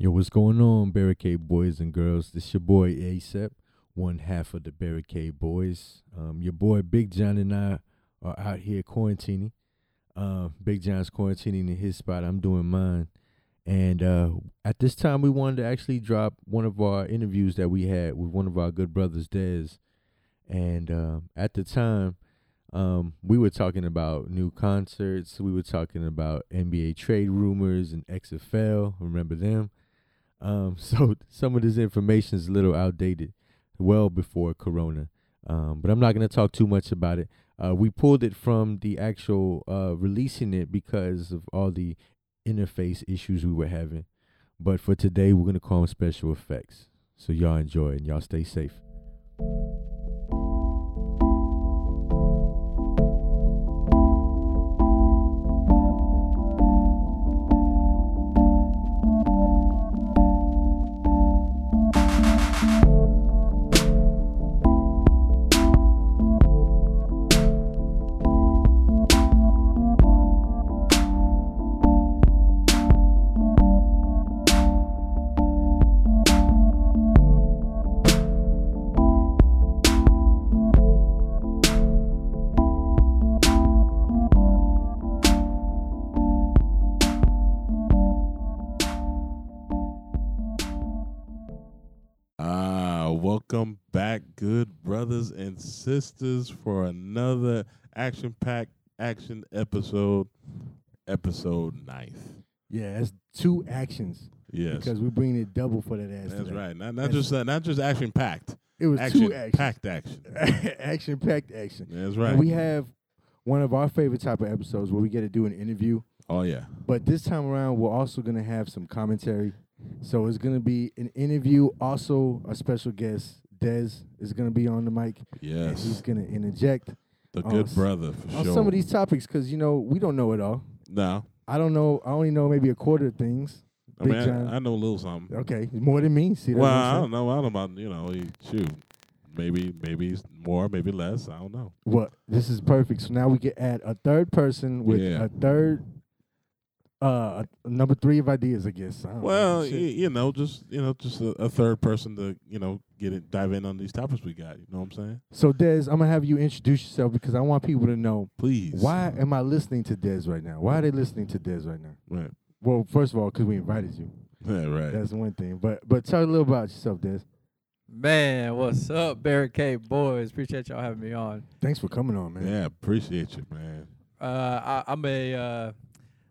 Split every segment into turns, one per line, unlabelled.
what's going on, Barricade boys and girls? This your boy ASAP, one half of the Barricade boys. Um, your boy Big John and I are out here quarantining. Uh, Big John's quarantining in his spot. I'm doing mine. And uh, at this time, we wanted to actually drop one of our interviews that we had with one of our good brothers, Dez. And uh, at the time, um, we were talking about new concerts. We were talking about NBA trade rumors and XFL. Remember them? Um, so some of this information is a little outdated, well before Corona. Um, but I'm not going to talk too much about it. Uh, we pulled it from the actual uh, releasing it because of all the interface issues we were having. But for today, we're going to call them special effects. So y'all enjoy and y'all stay safe.
Ah, welcome back, good brothers and sisters, for another action-packed action episode, episode ninth.
Yeah, that's two actions
Yes,
because we're bringing it double for that ass.
that's
today.
right. Not not just uh, not just action-packed,
It was two actions,
action-packed action.
action packed action.
That's
And
right.
We have one of our favorite type of episodes where we get to do an interview,
oh yeah,
but this time around we're also gonna have some commentary. So it's gonna be an interview. Also, a special guest, Dez, is gonna be on the mic. and he's
yes,
gonna interject
the
on
good
s- Oh,
brother for
on
sure.
some of these topics because you know we don't know it all.
no,
I don't know. I only know maybe a quarter of things.
I
Big
mean
John.
I, I know a little something.
Okay, more than me. See that?
Well, I don't know. I don't know about you know. you- Shoot, maybe maybe it's more, maybe less. I don't know.
What this is perfect. So now we can add a third person with
Yeah.
a third, uh, a number three of ideas. I guess. I don't know,
Well, y-
Oh, shit.
you know, just you know, just a, a third person to you know get it, dive in on these topics we got. You know what I'm saying?
so Des, I'm gonna have you introduce yourself because I want people to know
Please.
why am I listening to Des right now? Why are they listening to Des right now?
Right.
Well, first of all, because we invited you.
Yeah, right.
That's one thing. But but tell a little about yourself, Des.
Man, what's up, Barricade Boys? Appreciate y'all having me on.
Thanks for coming on, man.
yeah, appreciate you, man.
Uh, I, I'm a uh,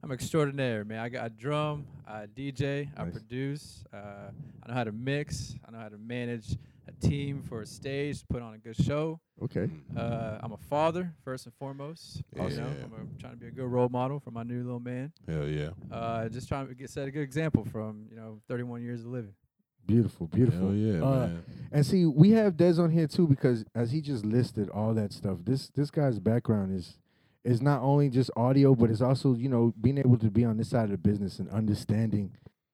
I'm extraordinaire, man. I got I drum, I DJ, I
Nice.
produce. Uh, I know how to mix. I know how to manage a team for a stage, to put on a good show.
Okay.
Mm,
Uh, I'm a father first and foremost. You know,
Yeah.
I'm a, trying to be a good role model for my new little man.
Hell yeah.
Uh, just trying to get set a good example from you know 31 years of living.
Beautiful, beautiful.
Hell yeah,
Uh,
man.
And see, we have Dez on here too because as he just listed all that stuff, this this guy's background is is not only just audio, but it's also you know being able to be on this side of the business and understanding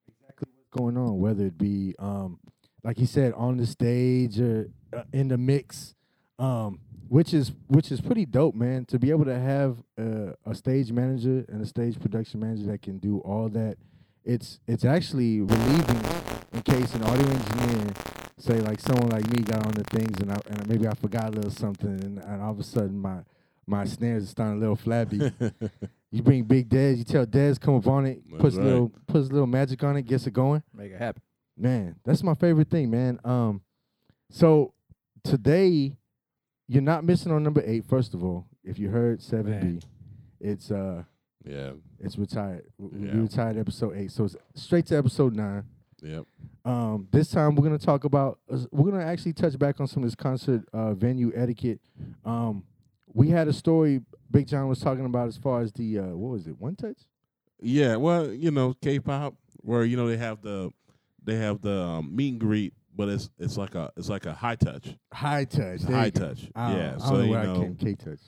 exactly what's going on, whether it be um like he said on the stage or uh, in the mix, um which is which is pretty dope, man. To be able to have uh, a stage manager and a stage production manager that can do all that, it's it's actually relieving in case an audio engineer say like someone like me got on the things and I and maybe I forgot a little something and, and all of a sudden my my snares is starting a little flabby. you bring Big Dez, you tell Dez come up on it,
That's
puts
right.
little puts a little magic on it, gets it going.
Make it happen.
Man, that's my favorite thing, man. Um, so today you're not missing on number eight. First of all, if you heard seven
Man.
B, it's uh
yeah.
it's retired. We
Yeah.
We retired episode eight, so it's straight to episode nine.
Yep.
Um, this time we're gonna talk about uh, we're gonna actually touch back on some of this concert uh, venue etiquette. Um, we had a story Big John was talking about as far as the uh, what was it one touch?
Yeah. Well, you know, K-pop, where you know they have the they have the um, meet and greet, but it's it's like a it's like a high touch.
High touch.
It's
there
high
you go.
touch.
I don't-
yeah.
I don't
So
know
you
where I
know.
came K touch.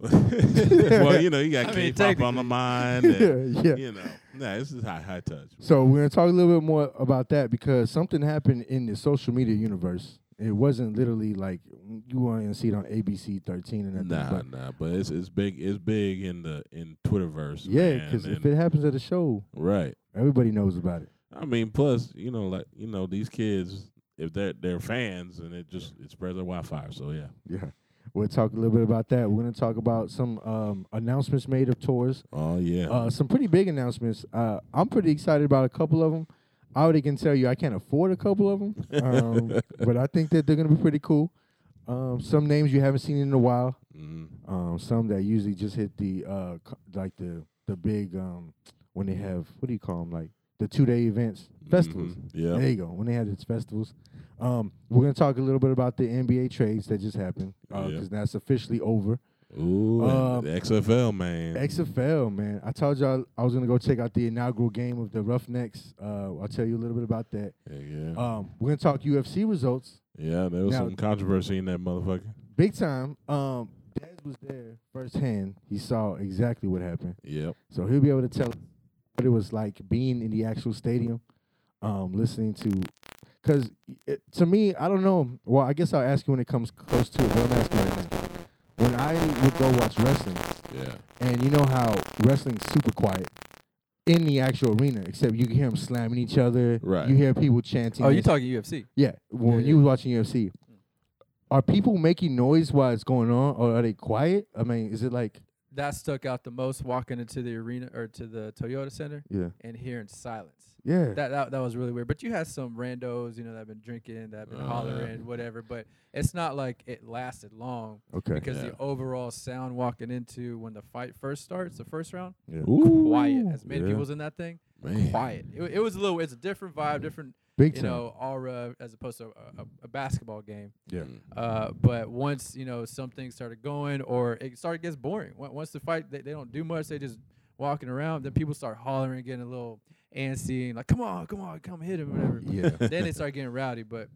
well, you know, you got
I mean,
K-pop on the
technically.
mind. And,
yeah, yeah.
You know, nah, this is high high touch.
So we're gonna talk a little bit more about that because something happened in the social media universe. It wasn't literally like you weren't gonna see it on ABC 13 and that.
Nah,
but
nah, but it's it's big it's big in the in Twitterverse.
yeah,
man,
because if
and-
it happens at a show,
right,
everybody knows about it.
I mean, plus you know, like you know, these kids if they're they're fans and it just it spreads their Wi-Fi. So yeah,
Yeah. We'll talk a little bit about that. We're going to talk about some um, announcements made of tours.
oh yeah,
Uh, some pretty big announcements. Uh, I'm pretty excited about a couple of them. I already can tell you I can't afford a couple of them, um, but I think that they're going to be pretty cool. Um, some names you haven't seen in a while.
mm,
Um, some that usually just hit the uh, co- like the the big um, when they have what do you call them like the two day events festivals.
mhm, yeah.
There you go. When they had its festivals, um, we're gonna talk a little bit about the NBA trades that just happened because
Yeah.
that's officially over.
Ooh,
Uh,
the XFL man.
XFL, man. I told y'all I was gonna go check out the inaugural game of the Roughnecks. Uh, I'll tell you a little bit about that.
yeah, yeah.
Um, we're gonna talk UFC results,
Yeah, there was
now-
some controversy in that motherfucker.
big time. Um, Dez was there firsthand. He saw exactly what happened,
Yep.
so he'll be able to tell us what it was like being in the actual stadium, um, listening to. Because to me, I don't know. Well, I guess I'll ask you when it comes close to it. But I'm asking right now. When I would go watch wrestling,
Yeah.
And you know how wrestling's super quiet in the actual arena, except you can hear them slamming each other.
Right.
You hear people chanting.
Oh, you
this-
talking UFC?
Yeah. When
yeah.
you was watching UFC, are people making noise while it's going on, or are they quiet? I mean, is it like
That stuck out the most walking into the arena or to the Toyota Center
yeah,
and hearing silence.
yeah,
That, that that was really weird. But you had some randos, you know, that have been drinking, that have been
Oh, yeah.
hollering, whatever. But it's not like it lasted long
okay,
because
Yeah.
the overall sound walking into when the fight first starts, the first round,
Ooh.
quiet. As many
yeah.
people's in that thing,
Man.
quiet. It, it was a little. It's a different vibe, different
big
you
time.
know aura as opposed to a, a, a basketball game.
Mm,
Yeah.
Uh, but once you know something started going, or it started gets boring. Once once the fight, they, they don't do much. They just walking around. Then people start hollering, getting a little antsy, and like, "Come on, come on, come hit him!" Whatever.
Yeah.
then they start getting rowdy. But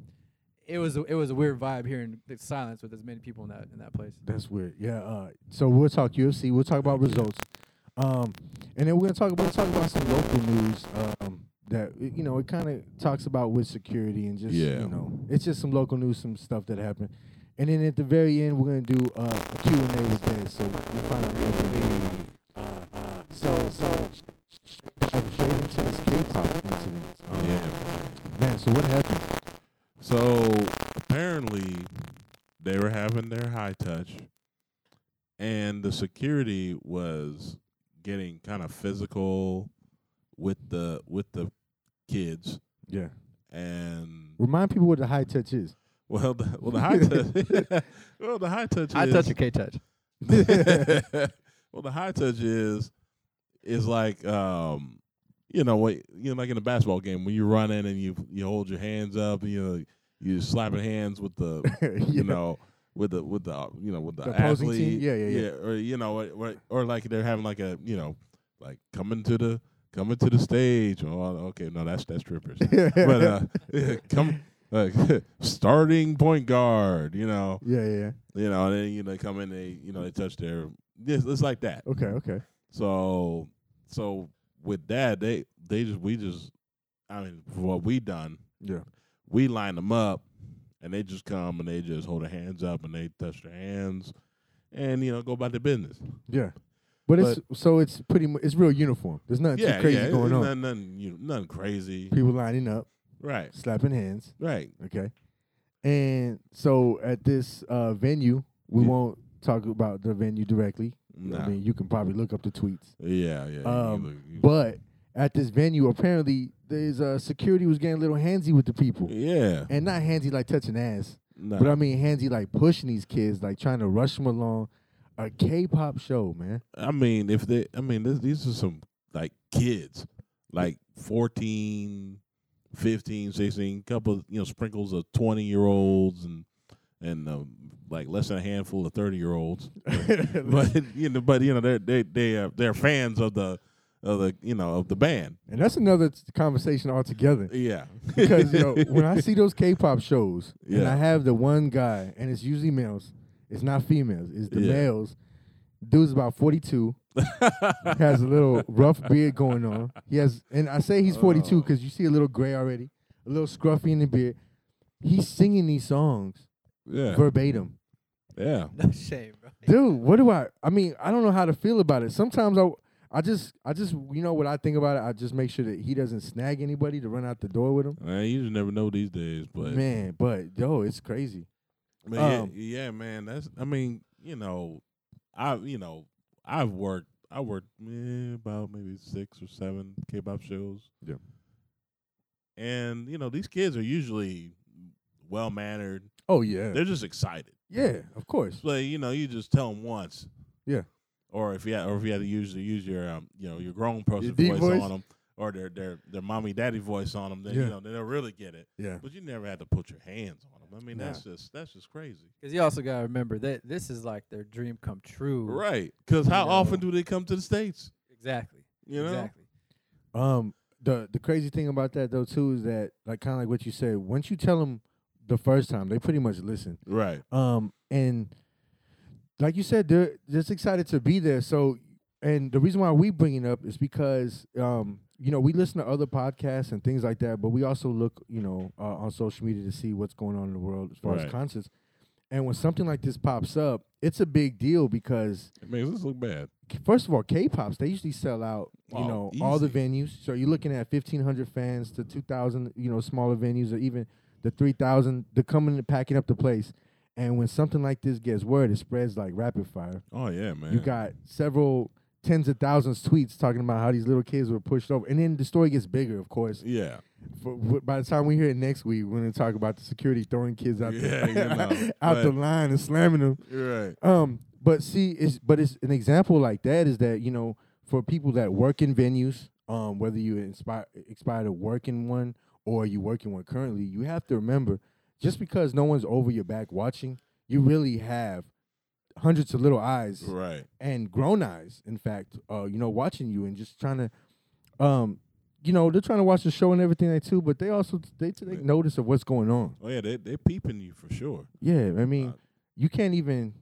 it was a, it was a weird vibe hearing the silence with as many people in that in that place.
That's weird. Yeah. Uh, so we'll talk UFC. We'll talk about results, um, and then we're gonna talk about talk about some local news. Um, that y- you know, it kind of talks about with security and just
Yeah.
you know, it's just some local news, some stuff that happened. And then at the very end, we're gonna do uh, a Q and A with Dez, so we find out. What they did. Uh, uh, so so sh- sh- straight into this K-pop incident. Um,
Yeah.
Man, so what happened?
So apparently, they were having their high touch, and the security was getting kind of physical with the with the kids,
Yeah.
and
Remind people what the high touch is.
well, the, well, the high touch, well, the high touch,
I
is,
touch a K touch.
well, the high touch is is like um, you know what you know, like in a basketball game when you run in and you you hold your hands up, you know, you slapping hands with the
yeah.
you know with the with the you know with the,
The opposing team?
athlete,
Yeah, yeah, yeah.
or you know, or, or like they're having like a you know, like coming to the coming to the stage. Oh, okay, no, that's that's strippers, but uh, come. Like starting point guard, you know,
yeah, yeah, yeah.
you know, and then you know they come in, they you know they touch their, it's, it's like that.
Okay, okay.
So, so with that, they they just we just, I mean, for what we done,
Yeah.
we line them up, and they just come and they just hold their hands up and they touch their hands, and you know go about their business.
Yeah. But, it's so it's pretty mu- it's real uniform. There's nothing
yeah,
too crazy
yeah, it-
going
it's
on.
Nothing, nothing, you know, nothing crazy.
People lining up,
Right,
slapping hands.
right.
Okay. And so at this uh, venue, we
Yeah.
won't talk about the venue directly.
Nah.
I mean, you can probably look up the tweets.
yeah, yeah. you-
Um,
you look- you-
But at this venue, apparently there's uh, security was getting a little handsy with the people.
yeah,
And not handsy like touching ass,
nah.
but I mean handsy like pushing these kids, like trying to rush them along. A K-pop show, man.
I mean, if they, I mean, this, these are some like kids, like 14, 15, 16, couple, you know, sprinkles of 20 year olds and, and um, like less than a handful of 30 year olds. But, you know, but, you know, they're, they, they are, they're fans of the, of the, you know, of the band.
And that's another t- conversation altogether.
Yeah.
Because you know, when I see those K-pop shows, and
Yeah.
I have the one guy, and it's usually males. It's not females. It's the
Yeah.
males. Dude's about forty-two. has a little rough beard going on. He has, and I say he's forty-two
Oh.
because you see a little gray already, a little scruffy in the beard. He's singing these songs
yeah.
verbatim.
Yeah.
No shame, bro.
Dude, what do I? I mean, I don't know how to feel about it. Sometimes I, I just, I just, you know what I think about it. I just make sure that he doesn't snag anybody to run out the door with him.
Man, you just never know these days, but
Man, but yo, it's crazy.
Man, yeah-
Um,
yeah, man. That's I mean, you know, I you know, I've worked I worked eh, about maybe six or seven K pop shows.
Yeah.
And, you know, these kids are usually well mannered.
Oh yeah,
They're just excited.
yeah, of course.
So you know, you just tell them once.
Yeah.
Or if you had, or if you had to use the use your um, you know your grown person
deep
voice,
voice?
on them or their their their mommy daddy voice on them, then
Yeah.
you know then they'll really get it.
Yeah.
But you never had to put your hands on them. I mean,
Nah.
that's just that's just crazy.
Because you also gotta remember that this is like their dream come true.
Right. Because
You
how often do
know.
they come to the States?
Exactly.
You know?
Exactly.
Um, the the crazy thing about that though too is that like kind of like what you said. Once you tell them the first time, they pretty much listen.
Right.
Um, and like you said, they're just excited to be there. So, and the reason why we bring it up is because, um, you know, we listen to other podcasts and things like that, but we also look, you know, uh, on social media to see what's going on in the world as far
Right.
as concerts. And when something like this pops up, it's a big deal because,
It makes us look bad.
k- first of all, K-pops they usually sell out, you
Oh,
know, all the
easy.
venues. So you're looking at fifteen hundred fans to two thousand, you know, smaller venues or even the three thousand. They're coming and packing up the place. And when something like this gets word, it spreads like rapid fire.
Oh yeah, man.
You got several tens of thousands tweets talking about how these little kids were pushed over, and then the story gets bigger, of course.
yeah.
For, wh- by the time we hear it next week, we're gonna talk about the security throwing kids out
Yeah,
the,
you know,
out the
but-
line and slamming them.
You're right.
Um, but see, it's but it's an example like that is that you know for people that work in venues, um, whether you inspire expire to work in one or you work in one currently, you have to remember just because no one's over your back watching, you really have hundreds of little eyes
Right.
and grown eyes, in fact, uh, you know, watching you and just trying to, um, you know, they're trying to watch the show and everything like too, but they also they take
Yeah.
notice of what's going on.
Oh yeah, they they peeping you for sure.
Yeah, I mean,
Uh,
you can't even.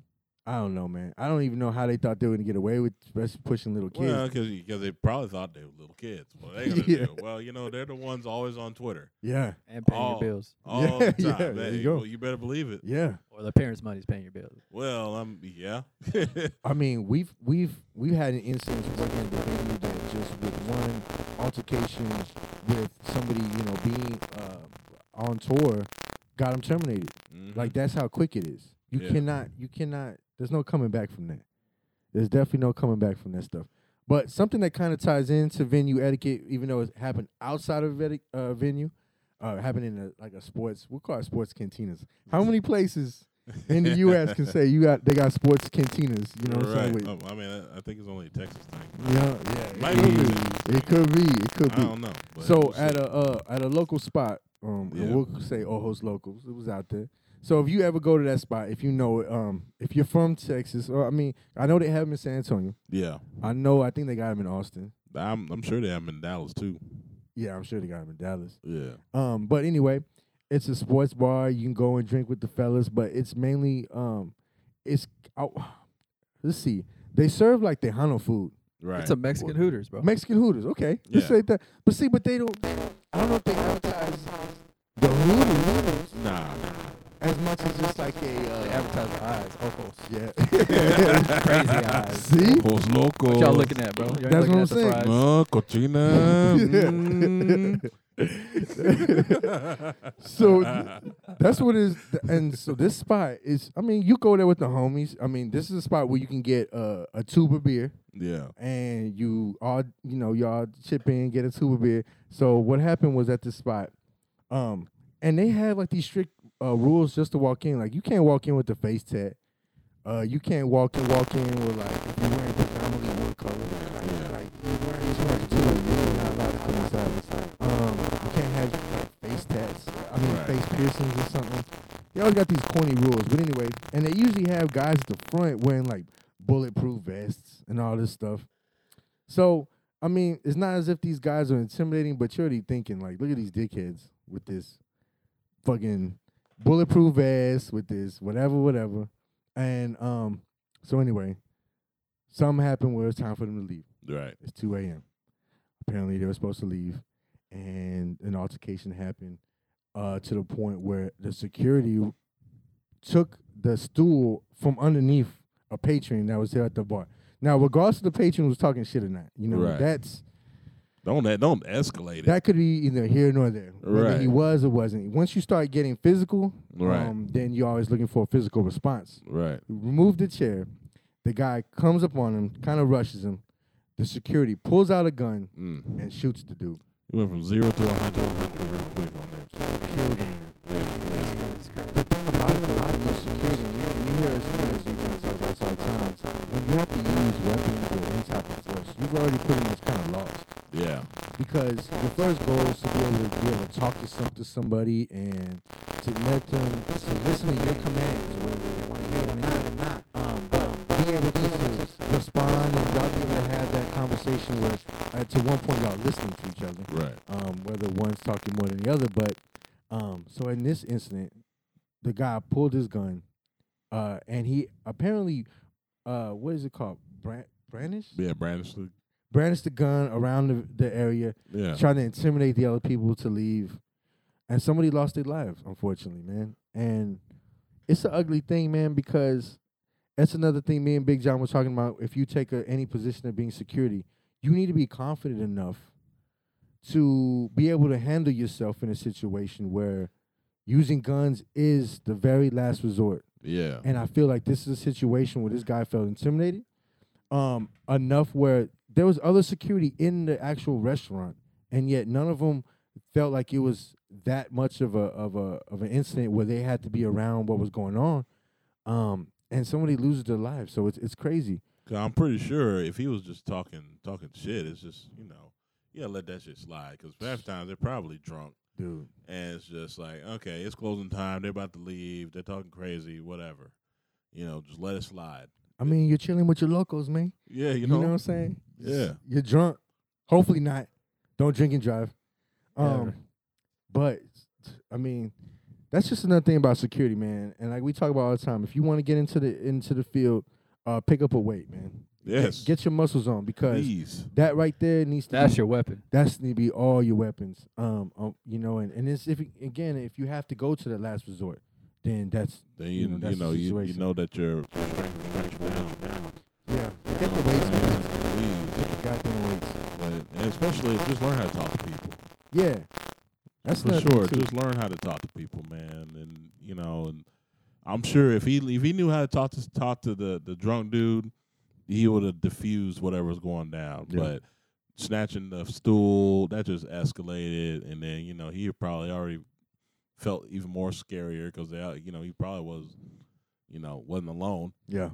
I don't know, man. I don't even know how they thought they were gonna get away with just pushing little kids.
Well, because they probably thought they were little kids. What they gonna
Yeah.
do? Well, you know, they're the ones always on Twitter
yeah,
And paying
Oh.
your bills.
all
Yeah,
the time.
yeah,
Hey,
there you go.
Well, you better believe it.
yeah.
Or their parents' money's paying your bills.
Well, I'm yeah. Mm-hmm.
I mean, we've we've we've had an instance working at the venue that just with one altercation with somebody, you know, being uh, on tour, got them terminated.
Mhm.
Like that's how quick it is. You
Yeah.
cannot. You cannot. There's no coming back from that. There's definitely no coming back from that stuff. But something that kind of ties into venue etiquette, even though it happened outside of eti- uh, venue, uh, happened in a, like a sports. We call it sports cantinas. How many places in the U.S. can say you got they got sports cantinas? You know what I'm saying?
right.
With,
Oh, I mean, I, I think it's only a Texas thing.
yeah, yeah. It
Might
could,
be.
be. it could be. It could
I
be.
don't know. but
So
we'll see.
at a uh, at a local spot, um, and
Yeah.
we'll say Ojos Locals. It was out there. So if you ever go to that spot, if you know, it, um, if you're from Texas, or I mean, I know they have them in San Antonio.
yeah,
I know, I think they got them in Austin.
I'm I'm sure they have 'em in Dallas too.
Yeah, I'm sure they got them in Dallas.
Yeah.
Um, but anyway, it's a sports bar. You can go and drink with the fellas, but it's mainly um, it's oh, let's see, they serve like Tejano food.
Right.
It's a Mexican Hooters, bro.
Mexican Hooters, okay. Let's
Yeah.
say that. But see, but they don't. I don't know if they advertise the Hooters
nah.
as much as just like a
They
uh,
advertise the eyes, oh, ojos.
yeah.
Crazy eyes.
see,
Los locos.
What y'all looking at, bro? Y'all ain't
That's
looking
what
at
I'm
the
saying.
fries.
No, cochina.
Yeah.
mm.
so th- that's what it is. Th- And so this spot is. I mean, you go there with the homies. I mean, this is a spot where you can get uh, a tube of beer.
yeah.
and you all you know y'all chip in, get a tube of beer. So what happened was at this spot, um, and they have like these strict uh, rules just to walk in. Like you can't walk in with the face tat. Uh, you can't walk in walk in with like if you're wearing predominantly one color. Like,
Yeah.
like you're wearing too much too. much, You're not allowed to come inside. Um, you can't have like, face tats. I mean
Right.
face piercings or something. They always got these corny rules, but anyway, and they usually have guys at the front wearing like bulletproof vests and all this stuff. So, I mean, it's not as if these guys are intimidating, but you're already thinking, like, look at these dickheads with this fucking bulletproof vest, with this whatever, whatever. And um, so anyway, something happened where it's time for them to leave.
Right.
It's 2 a.m. Apparently, they were supposed to leave, and an altercation happened uh, to the point where the security took the stool from underneath a patron that was there at the bar. Now, regardless of the patron who's talking shit or not, you know
Right.
that's
Don't that don't escalate it.
that could be either here nor there. Whether
Right.
he was or wasn't. Once you start getting physical,
Right.
um, then you're always looking for a physical response.
right.
Remove the chair. The guy comes up on him, kind of rushes him. The security pulls out a gun
Mm.
and shoots the dude.
You went from zero to a hundred real quick on that.
You've already pretty much kind of lost
Yeah.
because the first goal is to be able to be able to talk to some to somebody and to let them to listen to your commands, whether they want to hear them or not. Um, but be able to respond and y'all be able to have that conversation where, uh, to one point, y'all listening to each other
Right.
um, whether one's talking more than the other. But um, so in this incident, the guy pulled his gun, uh, and he apparently, uh, what is it called, Bran- brandish,
Yeah, brandish. the-
brandished the gun around the, the area,
Yeah.
trying to intimidate the other people to leave, and somebody lost their lives, unfortunately, man. And it's an ugly thing, man, because that's another thing me and Big John was talking about. If you take a, any position of being security, you need to be confident enough to be able to handle yourself in a situation where using guns is the very last resort.
Yeah.
And I feel like this is a situation where this guy felt intimidated um, enough where there was other security in the actual restaurant, and yet none of them felt like it was that much of a of a of an incident where they had to be around what was going on. Um, and somebody loses their life, so it's it's crazy.
'Cause I'm pretty sure if he was just talking talking shit, it's just you know, you gotta let that shit slide. Because half the time they're probably drunk,
Dude,
and it's just like, okay, it's closing time. They're about to leave. They're talking crazy. Whatever. You know, just let it slide.
I mean, you're chilling with your locals, man.
Yeah. You
You
know.
know, what I'm saying?
Yeah.
You're drunk. Hopefully not. Don't drink and drive. Um, but I mean, that's just another thing about security, man. And like we talk about all the time, if you want to get into the into the field, uh, pick up a weight, man. Get-
yes.
Get, your muscles on because
Please.
that right there needs to be-
That's your weapon.
that's need to be all your weapons. Um, um, you know, and and it's if you- again if you have to go to the last resort, then that's
Then
you
you
know,
you know,
that's
you,
the
you,
situation.
know that you're.
yeah. Get the weights, man.
Please.
Get the goddamn weights.
But and especially just learn how to talk to people.
Yeah, that's
For
another thing,
sure,
too.
just learn how to talk to people, man, and you know, and I'm sure if he if he knew how to talk to talk to the the drunk dude, he would have diffused whatever was going down.
Yeah.
But snatching the stool that just escalated, and then you know he probably already felt even more scarier because they you know he probably was you know wasn't alone
yeah,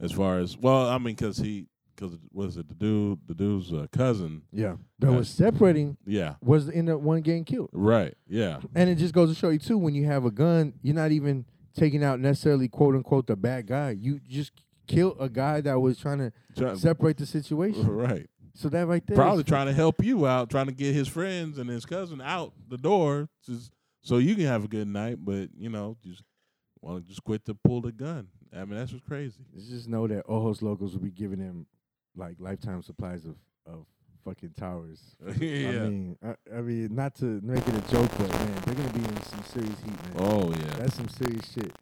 as far as well I mean because he because was it the dude the dude's uh, cousin
yeah. That
Yeah.
was separating
yeah
was in that one getting killed.
right yeah
And it just goes to show you too, when you have a gun, you're not even taking out necessarily quote unquote the bad guy. You just kill a guy that was trying to
Try-
separate the situation.
right.
So that right there is-
Uh, probably trying to help you out, trying to get his friends and his cousin out the door, just so you can have a good night. But you know, just want to just quit to pull the gun. I mean, that's what's crazy.
Let's just know that Ojos locals will be giving him like lifetime supplies of of fucking towers.
yeah.
I mean, I, I mean, not to make it a joke, but man, they're gonna be in some serious heat, man.
oh yeah.
That's some serious shit.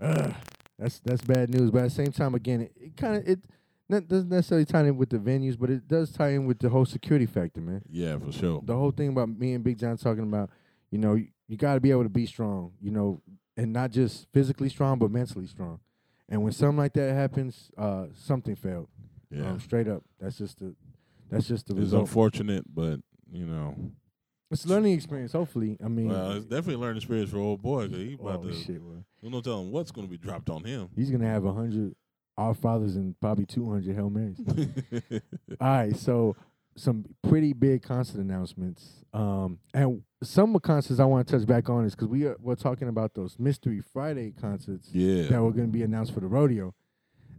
Ugh, that's that's bad news. But at the same time, again, it, it kind of it not, doesn't necessarily tie in with the venues, but it does tie in with the whole security factor, man.
Yeah, for sure.
The whole thing about me and Big John talking about, you know, you, you got to be able to be strong, you know, and not just physically strong, but mentally strong. And when something like that happens, uh, something failed.
Yeah,
Um, straight up, that's just the that's just the
it's
result.
unfortunate, but you know,
It's a learning experience. Hopefully, I mean,
well, it's definitely a learning experience for old boy because he about
oh,
to.
shit, well.
You don't tell him what's going to be dropped on him.
He's gonna have hundred Our Fathers and probably two hundred Hail Marys. All right, so some pretty big concert announcements, um, and some of concerts I want to touch back on is because we are, we're talking about those Mystery Friday concerts
yeah.
that were going to be announced for the rodeo.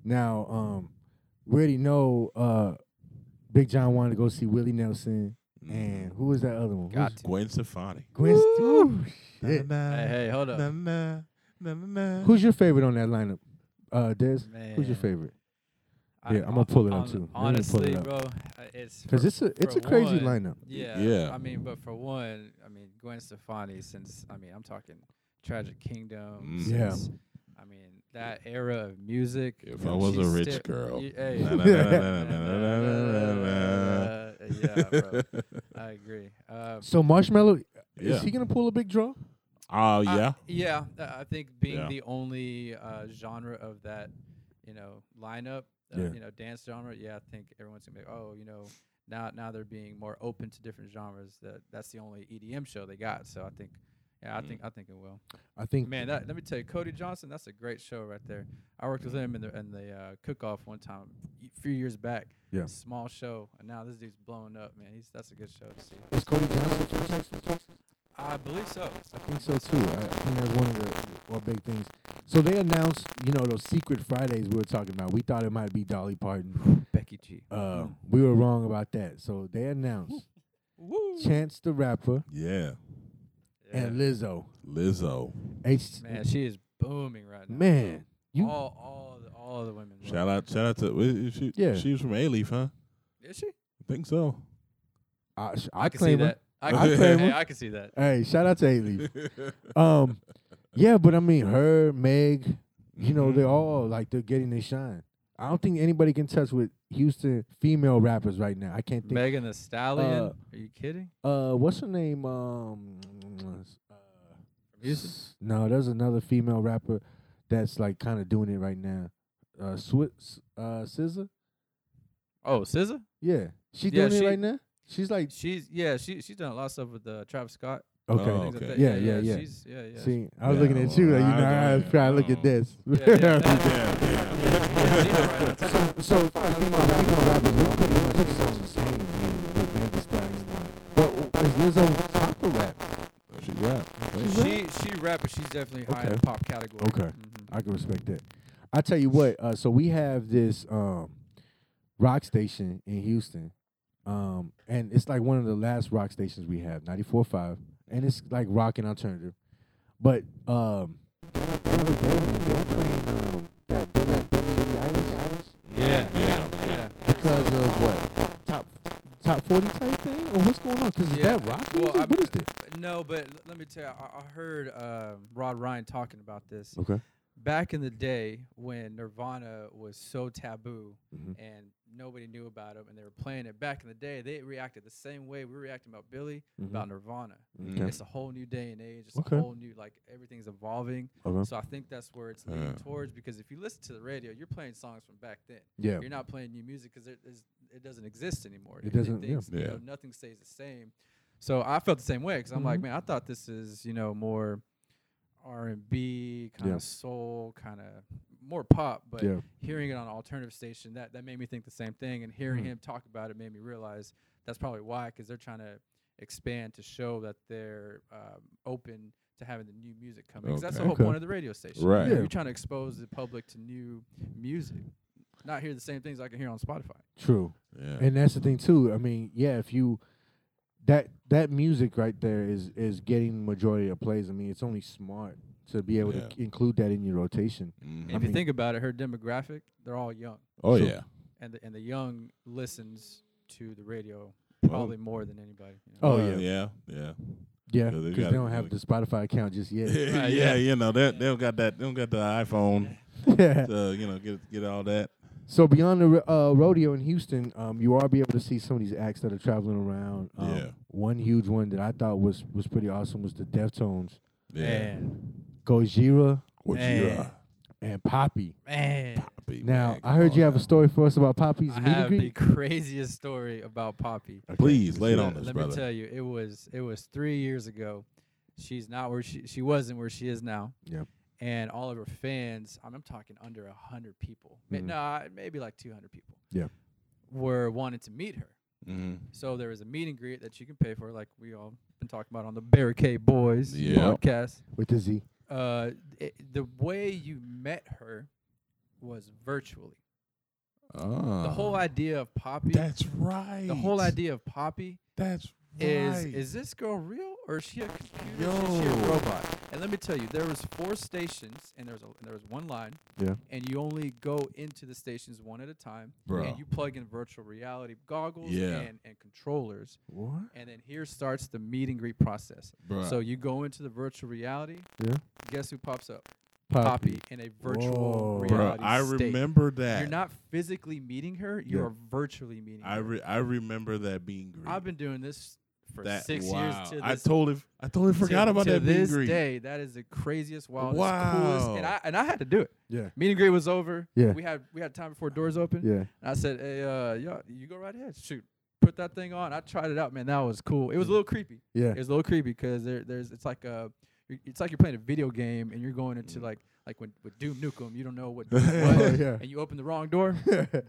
Now, um, we already know uh, Big John wanted to go see Willie Nelson, and who was that other one?
Mm. Got
Who's-
to.
Mm. Gwen Stefani.
Gwen. St- Ooh,
Hey,
shit.
Hey, hey, hold up.
Who's your favorite on that lineup, uh, Des? Who's
Man.
your favorite?
I-
Yeah, I'ma pull it up,
hon-
too. Let me pull
Honestly,
it up.
bro, I- it's
Because
for-
it's a it's
for
a crazy
one,
lineup.
Yeah,
Yeah.
I mean, but for one, I mean Gwen Stefani. Since I mean, I'm talking Tragic Kingdom.
Mm.
Yeah.
since, I mean, that era of music.
If I was a
she's
rich
still-
girl.
you- hey.
Na-na-na-na-na-na-na-na-na.
yeah, bro. I agree. Uh,
So Marshmallow,
Yeah.
is he gonna pull a big draw?
Oh
I-
yeah.
yeah. uh, I think being
Yeah.
the only uh, genre of that, you know, lineup, uh,
Yeah.
you know, dance genre. Yeah, I think everyone's gonna be like, oh, you know, now now they're being more open to different genres. That that's the only EDM show they got. So I think, yeah, I
Mm.
think I think it will.
I think
Man, that, let me tell you, Cody Johnson, that's a great show right there. I worked with him in the in the uh, cook off one time, y- few years back.
Yeah.
Small show, and now this dude's blowing up, man. He's that's a good show to see.
Is Cody Johnson from Texas?
I believe so.
I
that
think so too. I I think that's one of the well, big things. So they announced, you know, those secret Fridays we were talking about. We thought it might be Dolly Parton.
Becky G.
Uh,
Mm.
we were wrong about that. So they announced
Woo.
Chance the Rapper
Yeah.
and Lizzo.
Lizzo.
H-
Man, she is booming right now.
Man, you-
all all the, all the women. love
Shout
her.
out shout out to is she
Yeah.
she was from A Leaf, huh?
Is she?
I think so.
I, sh-
I,
I
can see
claim her.
that. I
I
can,
claim
hey,
her.
I can see that.
Hey, shout out to Haley. um, yeah, but I mean, her, Meg, you know,
Mm-hmm.
they're all like they're getting their shine. I don't think anybody can touch with Houston female rappers right now. I can't think.
Megan the Stallion.
uh,
Are you kidding?
Uh, what's her name? Um, uh,
Houston?
s- no, there's another female rapper that's like kind of doing it right now. Uh, Swiss, uh, Scissor.
Oh, SZA.
Yeah, she
Yeah,
doing it
she-
right now. She's like,
She's yeah. She she's done a lot of stuff with uh, Travis Scott.
okay.
Oh,
things like
okay.
that.
Yeah, yeah, yeah.
She's yeah, yeah.
See, I was
Yeah,
looking at you.
well,
Like, you
I
know, I
don't-
was trying to look at
oh.
this.
Yeah, yeah, that-
Yeah, yeah.
so, so as far as female rap- female rappers, we pretty much sound the same. I mean, with Meg Thee Stallion. But is Lizzo top of rap?
She rap.
She she rap, but she's definitely high in
Okay.
the pop category.
Okay.
Mhm.
I can respect that. I tell you what. Uh, so we have this um, rock station in Houston, um, and it's like one of the last rock stations we have, 94.5, and it's like rock and alternative. But um,
Yeah, yeah, yeah.
because of what top top forty type thing, or what's going on? Because is
Yeah.
that rock
Well,
music?
I'm-
what is this?
No, but l- let me tell you, I, I heard um, Rod Ryan talking about this.
Okay.
back in the day when Nirvana was so taboo
Mhm.
and nobody knew about them and they were playing it back in the day, they reacted the same way we were reacting about Billy,
Mm-hmm.
about Nirvana.
Okay.
It's a whole new day and age. It's
Okay.
a whole new like everything's evolving.
Okay.
So I think that's where it's leading
Yeah.
towards because if you listen to the radio, you're playing songs from back then.
Yeah.
You're not playing new music because it doesn't exist anymore.
It doesn't, yeah.
things, you
Yeah.
know, nothing stays the same. So I felt the same way because I'm like,
Mhm.
man, I thought this is you know more R and B kind of
Yeah.
soul, kind of more pop. But
Yeah.
hearing it on an alternative station that that made me think the same thing, and hearing
Mm.
him talk about it made me realize that's probably why because they're trying to expand to show that they're um, open to having the new music coming. 'Cause that's the
Okay.
whole
Okay.
point of the radio station.
Right.
Yeah.
You're trying to expose the public to new music, not hear the same things I can hear on Spotify.
True.
Yeah.
And that's the thing too. I mean, yeah, if you that that music right there is is getting the majority of plays. I mean, it's only smart to be able
Yeah.
to c- include that in your rotation.
Mhm.
And if
mean-
you think about it, her demographic, they're all young,
Oh
True.
yeah.
and the, and the young listens to the radio
Well,
probably more than anybody. you know.
Oh, yeah.
well, Yeah. Yeah.
Yeah,
Yeah, they
because they
gotta
don't have
really-
the Spotify account just yet.
yeah,
Right, yeah.
you know that
Yeah.
they don't got that they don't got the iPhone to you know get get all that.
so beyond the r- uh, rodeo in Houston, um, you are be able to see some of these acts that are traveling around. Um,
Yeah.
One huge one that I thought was was pretty awesome was the Deftones,
Yeah,
Man,
Gojira,
what you
Man.
are,
and Poppy.
man.
Poppy,
Now
man,
I
come
heard
on
you have a
now.
story for us about Poppy's
I
meet and
have the
greet.
craziest story about Poppy.
Please lay it
Let-
on us,
Let
brother.
me tell you, it was it was three years ago. She's not where she she wasn't where she is now.
Yep.
And all of her fans, I'm, I'm talking under a hundred people. Ma-
Mhm.
Mm-hmm.
No, I- maybe like 200 people.
Yeah.
Were wanting to meet her.
Mhm.
So there was a meet and greet that you can pay for, like we all been talking about on the Barricade Boys
Yeah.
podcast.
with the Z.
Uh, it, the way you met her was virtually. the whole
Ah,
idea of Poppy.
That's right.
the whole idea of Poppy
That's right.
is is this girl real or is she a computer? Is she a
Yo.
robot? And let me tell you, there was four stations, and there was a, there was one line.
Yeah.
And you only go into the stations one at a time,
Bro.
and you plug in virtual reality goggles
Yeah.
and, and controllers,
What?
and then here starts the meet and greet process.
Bruh.
So you go into the virtual reality.
Yeah.
Guess who pops up? Poppy in a virtual
Whoa.
Bruh,
reality
I
state.
remember that.
You're not physically meeting her. You
Yeah.
are virtually meeting.
I
her.
re- I remember that being green.
I've been doing this for
that,
six
wow.
years to this.
I totally I totally forgot
to-
about
to
that being
this
green.
day. That is the craziest, wildest, coolest, and
Wow.
I and I had to do it.
Yeah.
Meet and greet was over.
Yeah.
we had we had time before doors open.
Yeah.
And I said, "Hey, uh, yo, you go right ahead. Shoot, put that thing on." I tried it out, man. That was cool. It was a little creepy.
Yeah.
It was a little creepy because there, there's it's like a you're- it's like you're playing a video game and you're going into like like when with Doom Nukem, you don't know what, Doom was,
Oh, Mm. yeah.
and you open the wrong door,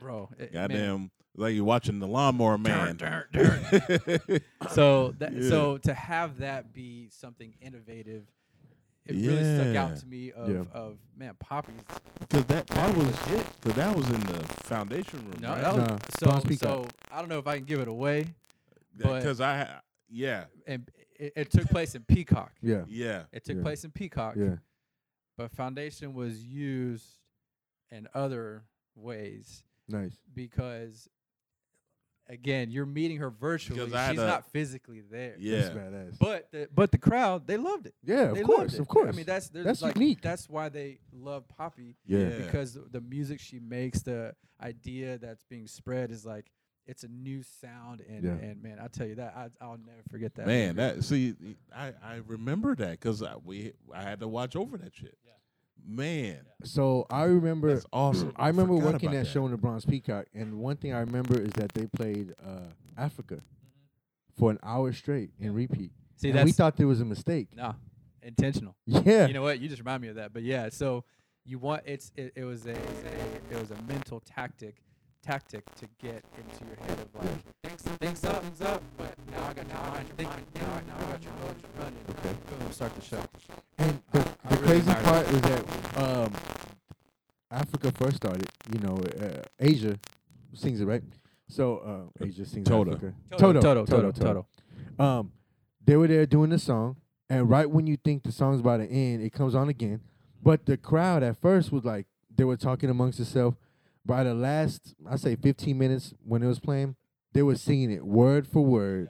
bro. it- man.
Goddamn, like you're watching the Lawnmower Man.
So that
Yeah.
so to have that be something innovative, it really stuck
Yeah.
out to me. Of
Yeah.
of man, Poppy's
Cause that that was
legit.
cause that was in the foundation room.
No,
right?
that
Nah, don't
was, so
speak
so I don't know if I can give it away. but-
because I ha- yeah
and it, it took place in Peacock.
Yeah.
yeah
It took
Yeah.
place in Peacock,
Yeah.
but Foundation was used in other ways
Nice.
because, again, you're meeting her virtually. She's
I had a-
not physically there.
That's
yeah.
badass.
But the but the crowd they loved it.
yeah,
They
of
loved
course,
it.
of course.
I mean that's there's
That's
like,
unique.
That's why they love Poppy
Yeah.
because th- the music she makes, the idea that's being spread is like it's a new sound and
Yeah.
and man, I tell you that I, I'll never forget that.
Man, that see, I I remember that because I, we I had to watch over that shit. Man,
so I remember
that's awesome.
I remember
forgot
working
about
that, show in the Bronx Peacock, and one thing I remember is that they played uh, Africa for an hour straight in repeat.
See,
and
that's
we thought there was a mistake.
nah, intentional.
Yeah,
you know what? You just remind me of that. But yeah, so you want it's it, it was a it was a mental tactic tactic to get into your head of like things things up things up, but now I got your mind, your mind now, now I got your motor running. Okay, boom, start the show.
and the,
I
the
really
crazy
admire
part is that um, Africa first started. You know, uh, Asia sings it right. So uh, Asia sings
Toto.
Africa.
Toto, Toto, Toto.
Um, they were there doing the song, and right when you think the song's about to end, it comes on again. But the crowd at first was like they were talking amongst themselves. By the last, I say, fifteen minutes when it was playing, they were singing it word for word,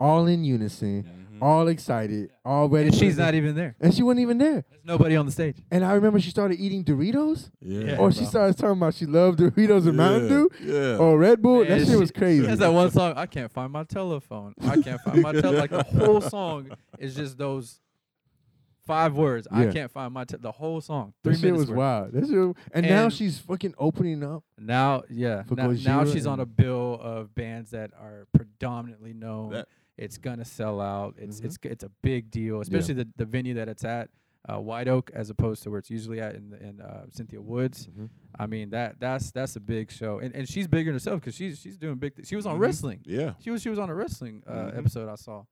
all in unison,
Mhm.
all excited, all ready.
And
for
she's
the-
not e-, even there.
and she wasn't even there.
There's nobody on the stage.
And I remember she started eating Doritos,
Yeah,
or she started talking about she loved Doritos and Mountain
yeah.
Dew,
Yeah,
or Red Bull.
Man,
that
she-
shit was crazy.
That's that one song. I can't find my telephone. I can't find my telephone. Like the whole song is just those five words. I
Yeah.
can't find my te- the whole song. Three
That shit
minutes
was
worth.
wild. That shit, and, now
And-
she's fucking opening up.
Now, yeah.
For
Now, now
Gojira
she's on a
and-
bill of bands that are predominantly known.
That-
it's gonna sell out. It's
Mhm.
it's g- it's a big deal, especially the, the venue that it's at, uh, White Oak, as opposed to where it's usually at in the- in uh, Cynthia Woods.
Mhm.
I mean that that's that's a big show, and and she's bigger than herself because she's she's doing big. Th- she was on
Mm-hmm.
Mhm.
wrestling.
yeah.
She was she was on a wrestling uh,
Mhm.
episode I saw.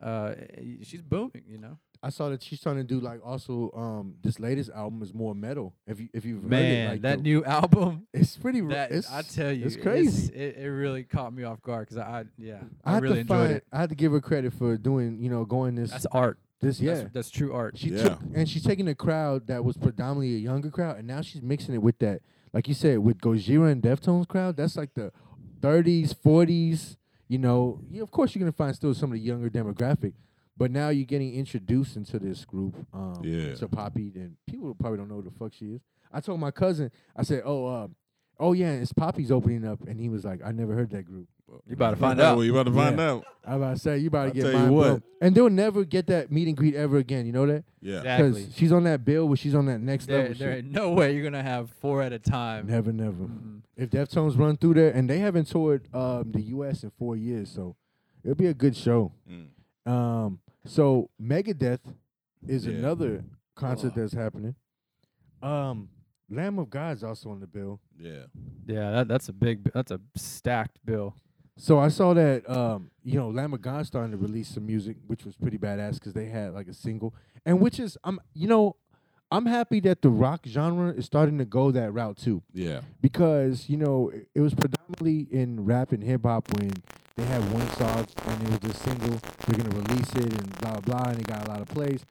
Uh, y- she's booming, you know.
I saw that she's trying to do like also um this latest album is more metal. If you if you've heard it, like the-
new album.
it's pretty. r-
That
it's,
I tell you,
it's crazy.
it, it really caught me off guard because I, I- yeah,
I,
I,
had
really
to find,
enjoyed it.
I had to give her credit for doing you know going this
That's art.
this yeah.
that's, that's true art.
she
Yeah.
took and she's taking a crowd that was predominantly a younger crowd, and now she's mixing it with that like you said with Gojira and Deftones crowd. That's like the 30s, 40s. You know, yeah, of course you're gonna find still some of the younger demographic. But now you're getting introduced into this group, um,
Yeah.
to Poppy. Then people probably don't know who the fuck she is. I told my cousin, I said, "Oh, uh, oh yeah, it's Poppy's opening up," and he was like, "I never heard that group."
You about to find
Oh,
out.
well, you about to find
Yeah.
out.
I about to say, "You about to
I'll
get
tell you
mind blown."
what.
And they'll never get that meet and greet ever again. You know that?
Yeah,
Exactly.
she's on that bill where she's on that next
There,
level.
there
shit.
ain't no way you're gonna have four at a time.
Never, never.
Mm-mm.
If Deftones run through there, and they haven't toured um, the U.S. in four years, so it'll be a good show.
Mm.
Um, so Megadeth is
Yeah.
another concert
Ugh.
that's happening. Um, Lamb of God's also on the bill.
yeah.
Yeah, that, that's a big. That's a stacked bill.
So I saw that um, you know Lamb of God starting to release some music, which was pretty badass because they had like a single, and which is I'm you know I'm happy that the rock genre is starting to go that route too.
Yeah,
because you know it, it was predominantly in rap and hip hop when they had one song and it was just single. They're gonna release it and blah blah, blah and it got a lot of plays.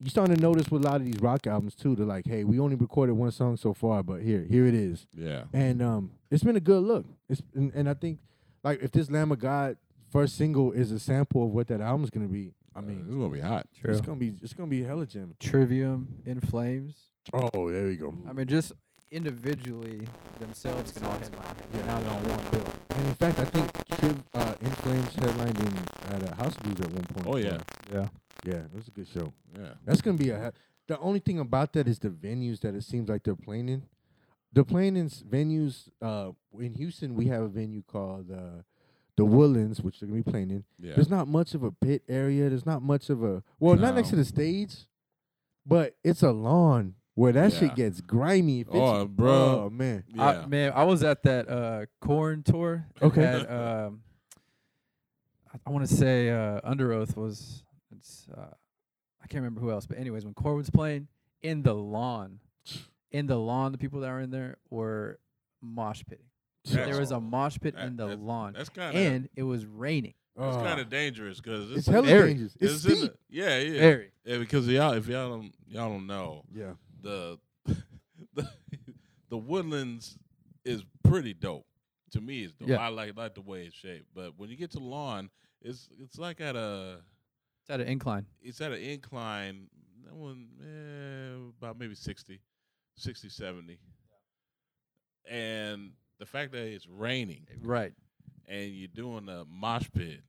You starting to notice with a lot of these rock albums too. They're like, hey, we only recorded one song so far, but here, here it is,
yeah,
and um, it's been a good look. It's and, and I think like if this Lamb of God first single is a sample of what that album's gonna be, I
Uh, it's
mean,
gonna be hot.
True.
it's gonna be it's gonna be hella gym.
Trivium in flames.
Oh, there you go.
I mean, just individually themselves can all headline.
Yeah.
Now they're on one bill.
And in fact, I think Triv, uh, In Flames headlined in at a House Blues at one point.
Oh
in
yeah,
time.
Yeah.
yeah, it was a good show.
yeah.
That's gonna be a. ha- The only thing about that is the venues that it seems like they're playing in. They're playing in s- venues. Uh, in Houston, we have a venue called uh, the Woodlands, which they're gonna be playing in.
Yeah.
There's not much of a pit area. There's not much of a well, not next to
No.
the stage, but it's a lawn where that
Yeah.
shit gets grimy. If it's,
Oh, bro.
oh, man,
yeah.
I, man, I was at that uh, corn tour.
Okay.
At, um, I, I want to say uh, Under Oath was. It's, uh, I can't remember who else, but anyways, when Corn was playing in the lawn, in the lawn, the people that were in there were mosh pitting.
That's-
there was a mosh pit
that-
in the
that's-
lawn,
That's kind of
and it was raining.
that's
Oh,
kind of dangerous because
it's hella
very-
dangerous. It's
in the-
steep.
yeah, yeah,
Very.
yeah. Because y'all, if y'all don't, y'all don't know
Yeah,
the the the woodlands is pretty dope. To me, it's dope.
Yeah.
I like like the way it's shaped. But when you get to the lawn, it's it's like at a
It's at an incline.
it's at an incline. That one eh, about maybe 60, 60, 70. And the fact that it's raining
Right.
and you're doing a mosh pit,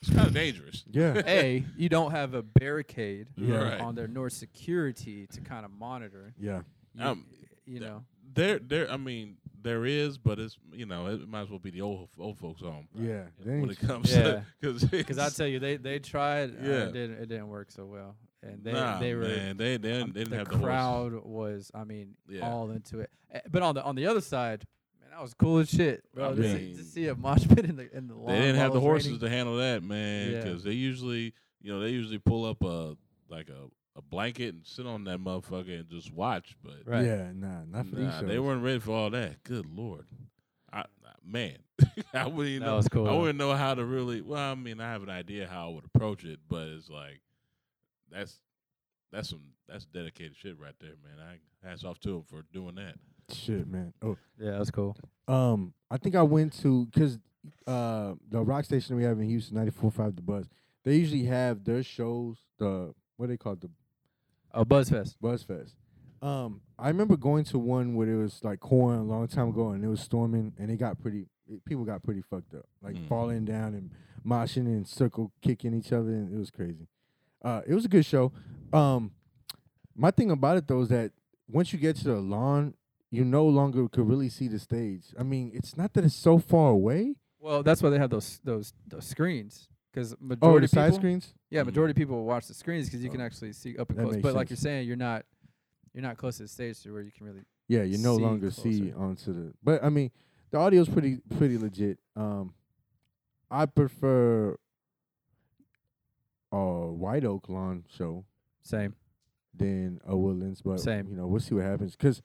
it's kind of dangerous.
yeah.
a, you don't have a barricade
Yeah.
Right.
on there nor security to kind of monitor.
Yeah,
You,
Um,
you
th-
know.
There, there. I mean, there is, but it's you know, it might as well be the old old folks' home.
yeah.
When
Thanks.
it comes,
Yeah.
because
Because I tell you, they they tried. Yeah.
Yeah.
it, didn't, it didn't work so well, and they
nah,
they were.
man, they they
um,
didn't, they didn't
the
have the
crowd was, I mean,
Yeah.
all into it. Eh, But on the on the other side, man, that was cool as shit, bro. to, see,
mean-
to see a mosh pit in the in the lawn
Horses. They didn't
while
have
it
the
was
horses
raining.
to handle that, man.
Yeah.
Because they usually, you know, they usually pull up a like a, a blanket and sit on that motherfucker and just watch. But
Right.
Yeah, nah, not for these
nah,
shows.
they weren't ready for all that. Good lord, I I- man, I wouldn't even
That
know.
was cool.
I
though.
wouldn't know how to really. Well, I mean, I have an idea how I would approach it, but it's like that's that's some that's dedicated shit right there, man. I hats off to him for doing that.
Shit, man. Oh,
Yeah, that was cool.
um, I think I went to because uh the rock station we have in Houston, 94.5 The Buzz. They usually have their shows. The what they call it, the
Oh, Buzzfest.
Buzzfest. Um, I remember going to one where it was like corn a long time ago, and it was storming, and it got pretty. It, people got pretty fucked up, like
Mm.
falling down and moshing and circle kicking each other, and it was crazy. Uh, it was a good show. Um, my thing about it though is that once you get to the lawn, you no longer could really see the stage. I mean, it's not that it's so far away.
Well, that's why they have those those those screens because majority
Oh, the
of
side
people,
screens.
Yeah,
Mhm.
majority of people watch the screens because you can
Oh.
actually see up and
That
close.
makes
But like you're
sense.
saying, you're not you're not close to the stage to where you can really.
Yeah, you no
see
longer see
closer.
onto the. But I mean, the audio's pretty pretty legit. Um, I prefer a White Oak Lawn show
Same.
than a Woodlands, but
Same.
you know we'll see what happens because.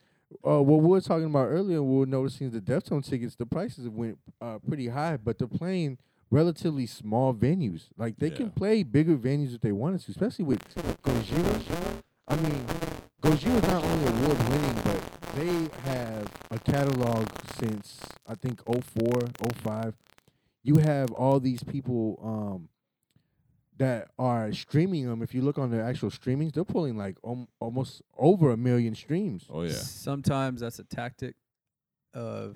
Uh, what we were talking about earlier, we were noticing the Deftone tickets, the prices went uh, pretty high, but they're playing relatively small venues. Like they
Yeah.
can play bigger venues if they wanted to, especially with Gojira. I mean, Gojira is not only award winning, but they have a catalog since I think 04, 05. You have all these people um, that are streaming them. If you look on their actual streamings, they're pulling like om- almost over a million streams.
Oh yeah,
Sometimes that's a tactic of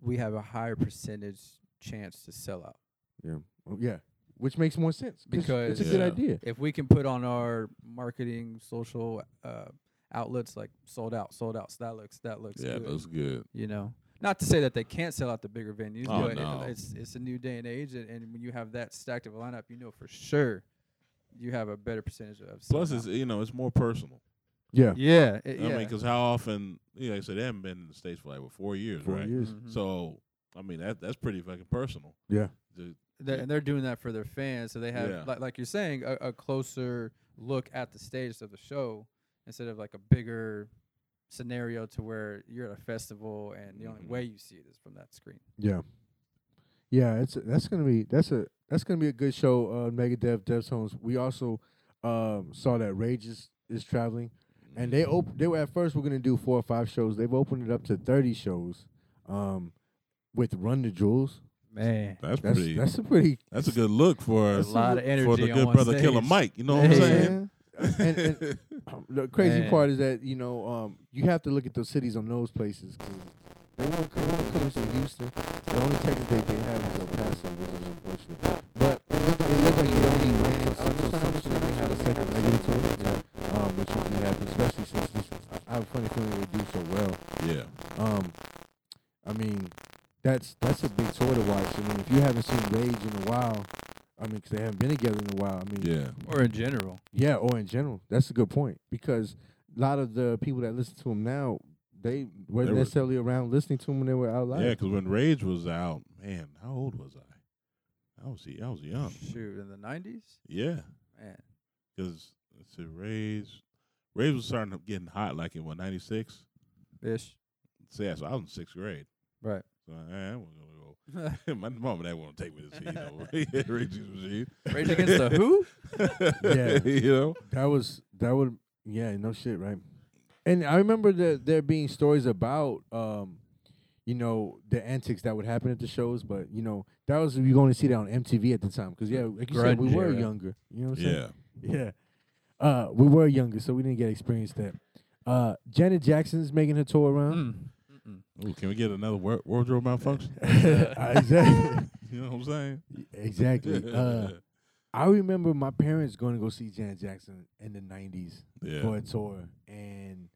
we have a higher percentage chance to sell out.
Yeah, Oh, yeah, which makes more sense 'cause it's a
Because- Yeah.
good idea.
If we can put on our marketing social uh, outlets like sold out, sold out, so that looks that looks
yeah,
good,
that's good.
you know. Not to say that they can't sell out the bigger venues,
Oh,
but it-
no.
it's it's a new day and age, and, and when you have that stacked of a lineup, you know for sure you have a better percentage of. selling
Plus, it's
out.
you know it's more personal.
Yeah,
yeah, it-
I
yeah.
mean, because how often? You know, like I said they haven't been in the states for like what, four years,
four
right?
years.
Mhm.
So I mean that that's pretty fucking personal.
Yeah.
The-
They're- and they're doing that for their fans, so they have,
Yeah.
like, like you're saying, a, a closer look at the stage of the show instead of like a bigger scenario to where you're at a festival and the only
Mhm.
way you see it is from that screen.
Yeah, yeah. It's that's gonna be that's a that's gonna be a good show. Uh, Megadeth, Deftones. We also um, saw that Rage is, is traveling,
mm,
and
Mm-hmm.
they op- they were at first we're gonna do four or five shows. They've opened it up to thirty shows, um, with Run the Jewels.
Man.
That's,
That's
pretty. That's,
that's a pretty
a good look for
A lot of energy
for the
on
good
one
brother Killer
stage.
Mike. You know what I'm
Yeah.
saying?
And, and Um, the crazy
Man.
part is that you know um, you have to look at those cities on those places. 'cause They want to come comes to Houston. The only Texas they can have is El Paso, which is unfortunate. But it looks like you already ran. I'm just trying to make sure that they have a second negative to it, um, which would be happy, especially since this, I have a funny feeling they do so well.
yeah.
Um, I mean, that's that's a big tour to watch. I mean, if you haven't seen Rage in a while, I mean, 'cause they haven't been together in a while. I mean,
Yeah.
Or in general.
yeah, or in general. That's a good point because a lot of the people that listen to him now, they weren't
They were-
necessarily around listening to him when they were out
Yeah,
loud.
because when Rage was out, man, how old was I? I was I was young.
Shoot, in the 90s?
Yeah,
Man.
because let's see, Rage, Rage was starting up getting hot like in what '96.
Ish.
So yeah, so I was in sixth grade.
Right.
So I was gonna go. My mom and dad want to take me to see you know, Rage Against the Machine.
Rage Against the Who?
Yeah.
you know.
That was that would yeah, no shit, right? And I remember that there being stories about um, you know, the antics that would happen at the shows, but you know, that was you going to see that on MTV at the time because yeah, like you said, we
Grunge
were
era.
younger. You know what I'm saying?
Yeah.
Yeah. Uh, we were younger, so we didn't get experience that. Uh, Janet Jackson's making her tour around.
Mm.
Ooh, can we get another wor- wardrobe malfunction?
Uh, exactly.
you know what I'm saying?
exactly. Uh, I remember my parents going to go see Janet Jackson in the '90s
yeah.
for a tour, and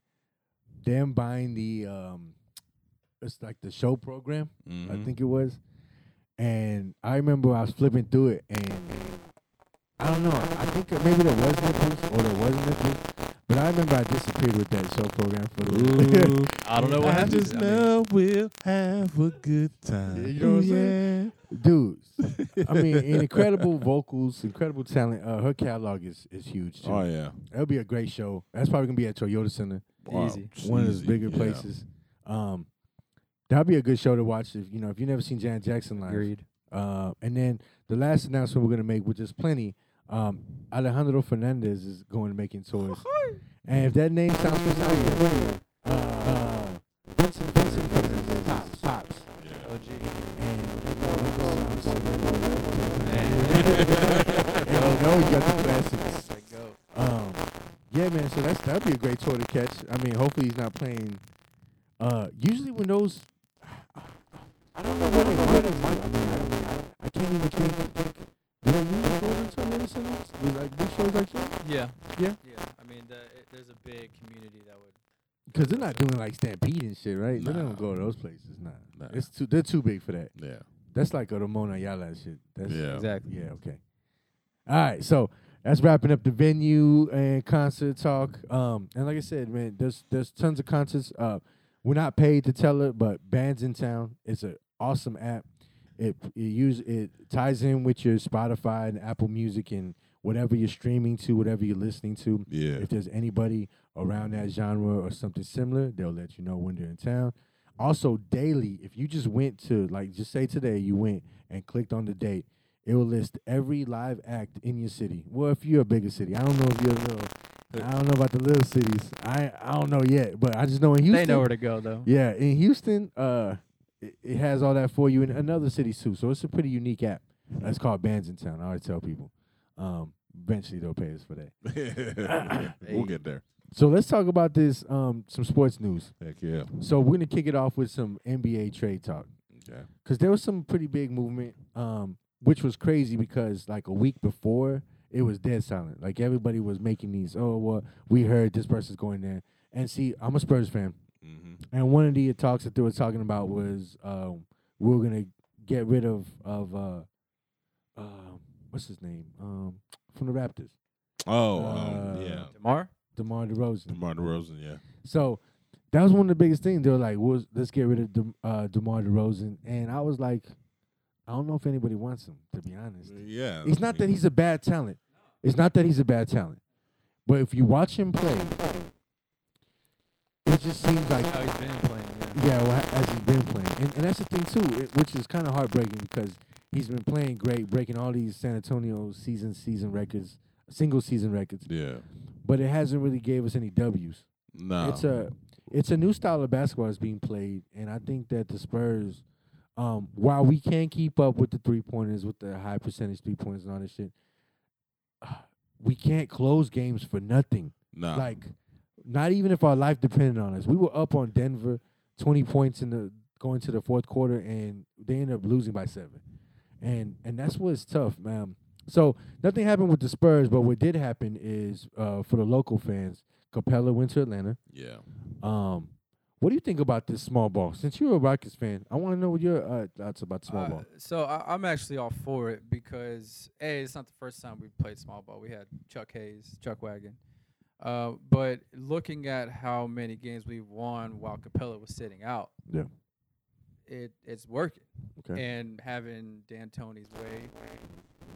them buying the um, it's like the show program, I
Mhm.
think it was. And I remember I was flipping through it, and I don't know. I think that maybe there was nipples or there wasn't nipples, but I remember I disappeared with that show program for the
Ooh,
I don't know what
I
happened.
just
I mean,
know we'll have a good time.
Yeah, you know what I'm
saying?
dudes. I mean, and incredible vocals, incredible talent. Uh, her catalog is is huge. Too.
Oh yeah.
It'll be a great show. That's probably gonna be at Toyota Center,
Wow,
Easy.
one of the
easy,
bigger
yeah.
places. Um, that'll be a good show to watch if you know if you've never seen Janet Jackson live.
Agreed.
Uh, and then the last announcement we're gonna make, which is plenty. Um, Alejandro Fernandez is going to making tours, and if that name sounds familiar, uh, uh, Vincent Vincent Fernandez is Pops. Pops.
Yeah.
And you know, now we got the classics.
Like, go.
Um, yeah, man. So that's that'd be a great tour to catch. I mean, hopefully he's not playing. Uh, usually when those, I don't know what it what it might be. I, mean, I, I can't even think. Do they usually go into medicine? With like big shows like that?
Yeah.
Yeah.
Yeah. I mean, the, it, there's a big community that would.
Because they're not doing like Stampede and shit, right? They
Nah.
don't go to those places. Nah.
Nah.
it's too. They're too big for that.
Yeah.
That's like a Ramon Ayala and shit. That's,
Yeah.
Exactly.
Yeah, okay. All right, so that's wrapping up the venue and concert talk. Um, and like I said, man, there's there's tons of concerts. Uh, we're not paid to tell it, but Bands in Town is an awesome app. It it use it ties in with your Spotify and Apple Music and whatever you're streaming to, whatever you're listening to.
Yeah.
If there's anybody around that genre or something similar, they'll let you know when they're in town. Also, daily, if you just went to, like, just say today you went and clicked on the date, it will list every live act in your city. Well, if you're a bigger city, I don't know if you're a little, I don't know about the little cities. I I don't know yet, but I just know in Houston.
They know where to go, though.
Yeah, in Houston, uh, it, it has all that for you in another city too. So it's a pretty unique app. Uh, It's called Bands in Town. I always tell people. Um, eventually they'll pay us for that.
we'll get there.
So let's talk about this. Um, some sports news.
Heck yeah.
So we're gonna kick it off with some NBA trade talk
Okay.
because there was some pretty big movement, um, which was crazy because like a week before it was dead silent. Like everybody was making these. Oh well, we heard this person's going there. And see, I'm a Spurs fan.
Mm-hmm.
And one of the talks that they were talking about was um, we were gonna get rid of of uh, um, what's his name um, from the Raptors,
Oh,
Uh,
um, yeah.
Tomorrow?
DeMar DeRozan.
DeMar DeRozan, yeah.
So that was one of the biggest things. They were like, well, "Let's get rid of De- uh, DeMar DeRozan," and I was like, "I don't know if anybody wants him." To be honest,
Yeah.
it's not that he's a bad talent. It's not that he's a bad talent, but if you watch him play, it just seems like
How he's been playing. Yeah.
Yeah, well, ha- as he's been playing, and, and that's the thing too, it, which is kind of heartbreaking because he's been playing great, breaking all these San Antonio season season records, single season records,
Yeah.
but it hasn't really gave us any Ws.
No.
It's a it's a new style of basketball that's being played, and I think that the Spurs Um, while we can't keep up with the three pointers, with the high percentage three pointers and all this shit, we can't close games for nothing.
Nah.
Like, not even if our life depended on us. We were up on Denver, twenty points in the going to the fourth quarter, and they ended up losing by seven. And and that's what's tough, man. So nothing happened with the Spurs, but what did happen is uh, for the local fans, Capella went to Atlanta.
yeah.
Um, what do you think about this small ball? Since you're a Rockets fan, I want to know what your uh, thoughts about small
Uh,
ball.
So I, I'm actually all for it because a it's not the first time we played small ball. We had Chuck Hayes, Chuck Wagon, uh, but looking at how many games we've won while Capella was sitting out,
Yeah.
it it's working.
Okay.
And having D'Antoni's way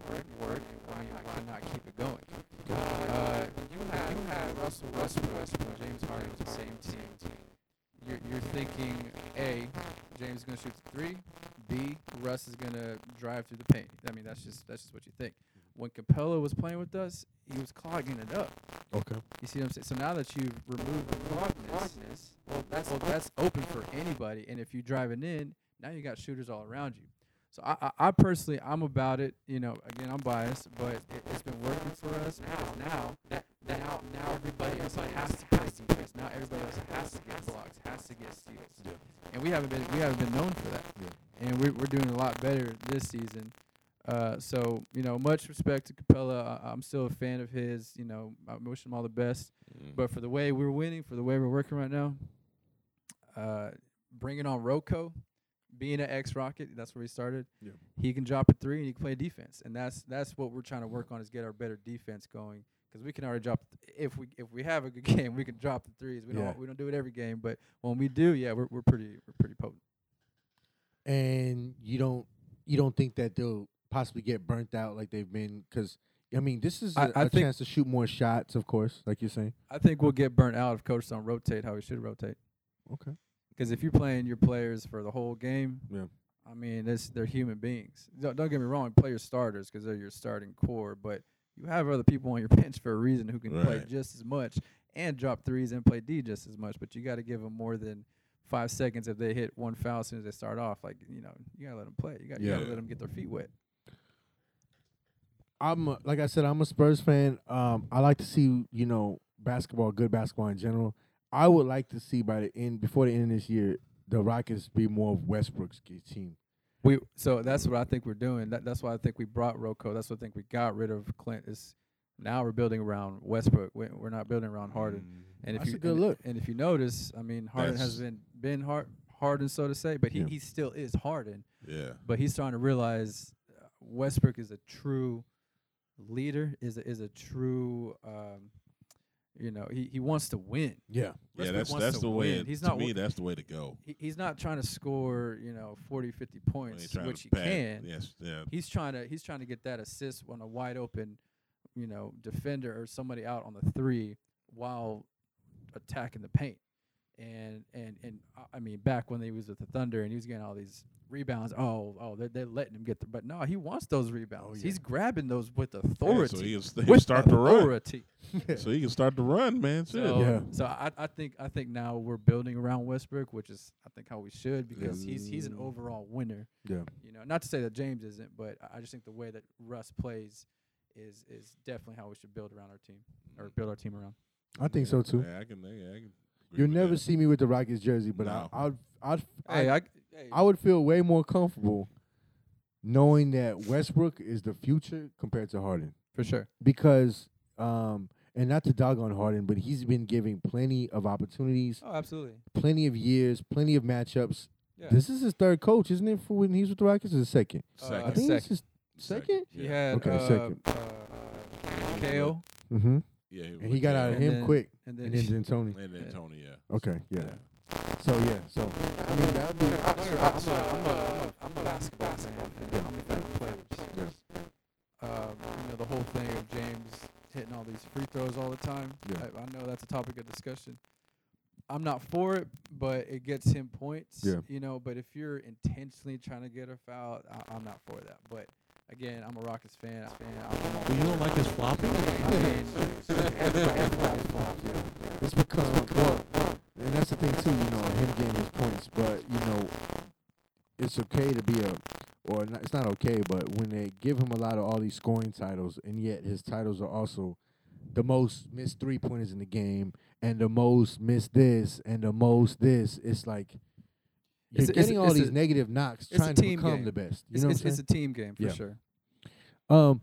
work, work why you cannot keep it going. Uh, you have, you have Russell Westbrook and James Harden on the same team. You're, you're thinking a James is gonna shoot the three. B Russ is gonna drive through the paint. I mean that's just that's just what you think. When Capella was playing with us, he was clogging it up.
Okay.
You see what I'm saying? So now that you've removed the cloggedness, well, that's well, that's open for anybody. And if you drive it in, now you got shooters all around you. So I, I, I personally, I'm about it. You know, again, I'm biased, but it, it's been working for us now. Now that that now now everybody else like has to pass defense. Now everybody else has to get blocks, has to get steals. And we haven't been we haven't been known for that. And we're we're doing a lot better this season. Uh, so you know, much respect to Capella. I, I'm still a fan of his. You know, I wish him all the best.
Mm.
But for the way we're winning, for the way we're working right now, uh, bringing on Rocco, being an ex Rocket, that's where he started.
Yep.
He can drop a three and he can play defense, and that's that's what we're trying to work on is get our better defense going because we can already drop th- if we if we have a good game, we can drop the threes. We
Yeah.
don't we don't do it every game, but when we do, yeah, we're we're pretty we're pretty potent.
and you don't you don't think that they'll possibly get burnt out like they've been because I mean this is a
I- I
a
think-
chance to shoot more shots, of course, like you're saying.
I think we'll get burnt out if coaches don't rotate how we should rotate.
Okay.
Because if you're playing your players for the whole game,
Yeah.
I mean, it's, they're human beings. Don't, don't get me wrong, play your starters because they're your starting core, but you have other people on your bench for a reason who can play
Right.
just as much and drop threes and play D just as much, but you got to give them more than five seconds if they hit one foul as soon as they start off. Like, you know, you got to let them play. You got
Yeah.
to let them get their feet wet.
I'm a, like I said, I'm a Spurs fan. Um, I like to see you know basketball, good basketball in general. I would like to see by the end before the end of this year, the Rockets be more of Westbrook's g- team.
We so that's what I think we're doing. That, that's why I think we brought Rocco. That's what I think we got rid of Clint. Is now we're building around Westbrook. We're, we're not building around Harden. And if
That's
you
a good
and,
look.
and if you notice, I mean, Harden has
That's-
been been hard, Harden, so to say, but he,
Yeah.
he still is Harden.
Mm-hmm. Yeah.
But he's starting to realize uh, Westbrook is a true leader. Is a, is a true, um, you know, he, he wants to win.
Yeah,
Yeah,
Westbrook
that's
wants
that's
to
the way.
win.
it-
He's
to
not
me,
wo-
that's the way to go.
He, he's not trying to score, you know, 40, 50
when you're
points,
trying to
which he
pack.
can.
Yes. Yeah.
He's trying to he's trying to get that assist on a wide open, you know, defender or somebody out on the three while attacking the paint. And and and uh, I mean, back when he was with the Thunder and he was getting all these rebounds, oh oh, they're, they're letting him get. The, but no, he wants those rebounds.
yeah.
He's grabbing those with
Oh, Yeah, so
authority.
he can, he
with
can start to run.
authority.
So he can start to run, man. Shit.
So,
Yeah.
so I, I think I think now we're building around Westbrook, which is I think how we should because he's he's an
Mm.
overall winner.
Yeah.
You know, not to say that James isn't, but I- I just think the way that Russ plays is is definitely how we should build around our team or build our team around.
I think so too.
Yeah, I can. Yeah, I can agree
You'll
with
never
that.
see me with the Rockets jersey, but
No.
I, I'd, I'd, I'd,
Hey, I, hey,
I would feel way more comfortable knowing that Westbrook is the future compared to Harden
for sure.
because um and not to dog on Harden, but he's been giving plenty of opportunities,
Oh, absolutely.
plenty of years, plenty of matchups.
Yeah.
This is his third coach, isn't it? For when he's with the Rockets, or the second?
Second.
uh, I think it's
Uh, second.
his second.
he had
Okay,
uh,
second.
uh, KO
Mm-hmm.
Yeah, he
And he
went
got
there.
out of
And
him
then-
quick,
and then
and then D'Antoni.
And then Tony, yeah.
Okay, yeah.
Yeah.
So yeah, so I mean that would be
basketball fan. and I'm a fan of players. um, you know, the whole thing of James hitting all these free throws all the time.
Yeah.
I, I know that's a topic of discussion. I'm not for it, but it gets him points.
Yeah.
You know, but if you're intentionally trying to get a foul, I, I'm not for that. But again, I'm a Rockets fan. fan I'm all-
you don't like his flopping?
I mean,
It's because well, and that's the thing too, you know, him getting his points, but you know, it's okay to give him a lot of all these scoring titles, and yet his titles are also the most missed three pointers in the game, and the most missed this, and the most this. It's like you're
It's a- it's a-
getting all
it's
these
a-
negative knocks
it's a
trying to
team
become
game.
the best. You
It's,
know what
it's,
I'm saying?
it's a team game for
Yeah.
sure.
Um,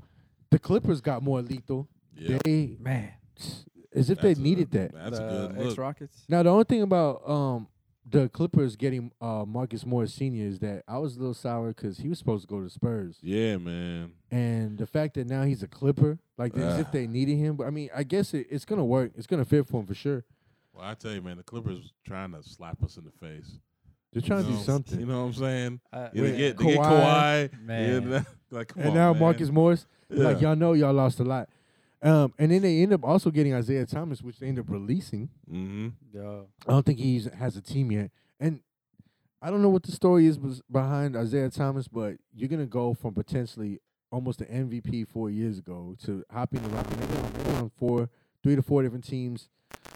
the Clippers got more lethal.
Yeah,
They
Man,
as if
that's
they
a-
needed that.
That's a
the
good
X
look.
Rockets.
Now the only thing about um the Clippers getting uh Marcus Morris Senior is that I was a little sour because he was supposed to go to Spurs,
Yeah, man.
and the fact that now he's a Clipper, like as
Ah.
if they needed him. But I mean, I guess it, it's gonna work. It's gonna fit for him for sure.
Well, I tell you, man, the Clippers trying to slap us in the face.
They're trying to
You
do
know-
something.
You know what I'm saying?
Uh,
Yeah, they
With
get, they get
Kawhi,
Kawhi.
man.
Yeah, like, come
and
on,
now
man.
Marcus Morris,
yeah.
like y'all know, y'all lost a lot. Um, and then they end up also getting Isaiah Thomas, which they end up releasing.
Mm-hmm.
Yo.
I don't think he has a team yet. And I don't know what the story is bes- behind Isaiah Thomas, but you're gonna go from potentially almost an MVP four years ago to hopping around and they're gonna go on four, three to four different teams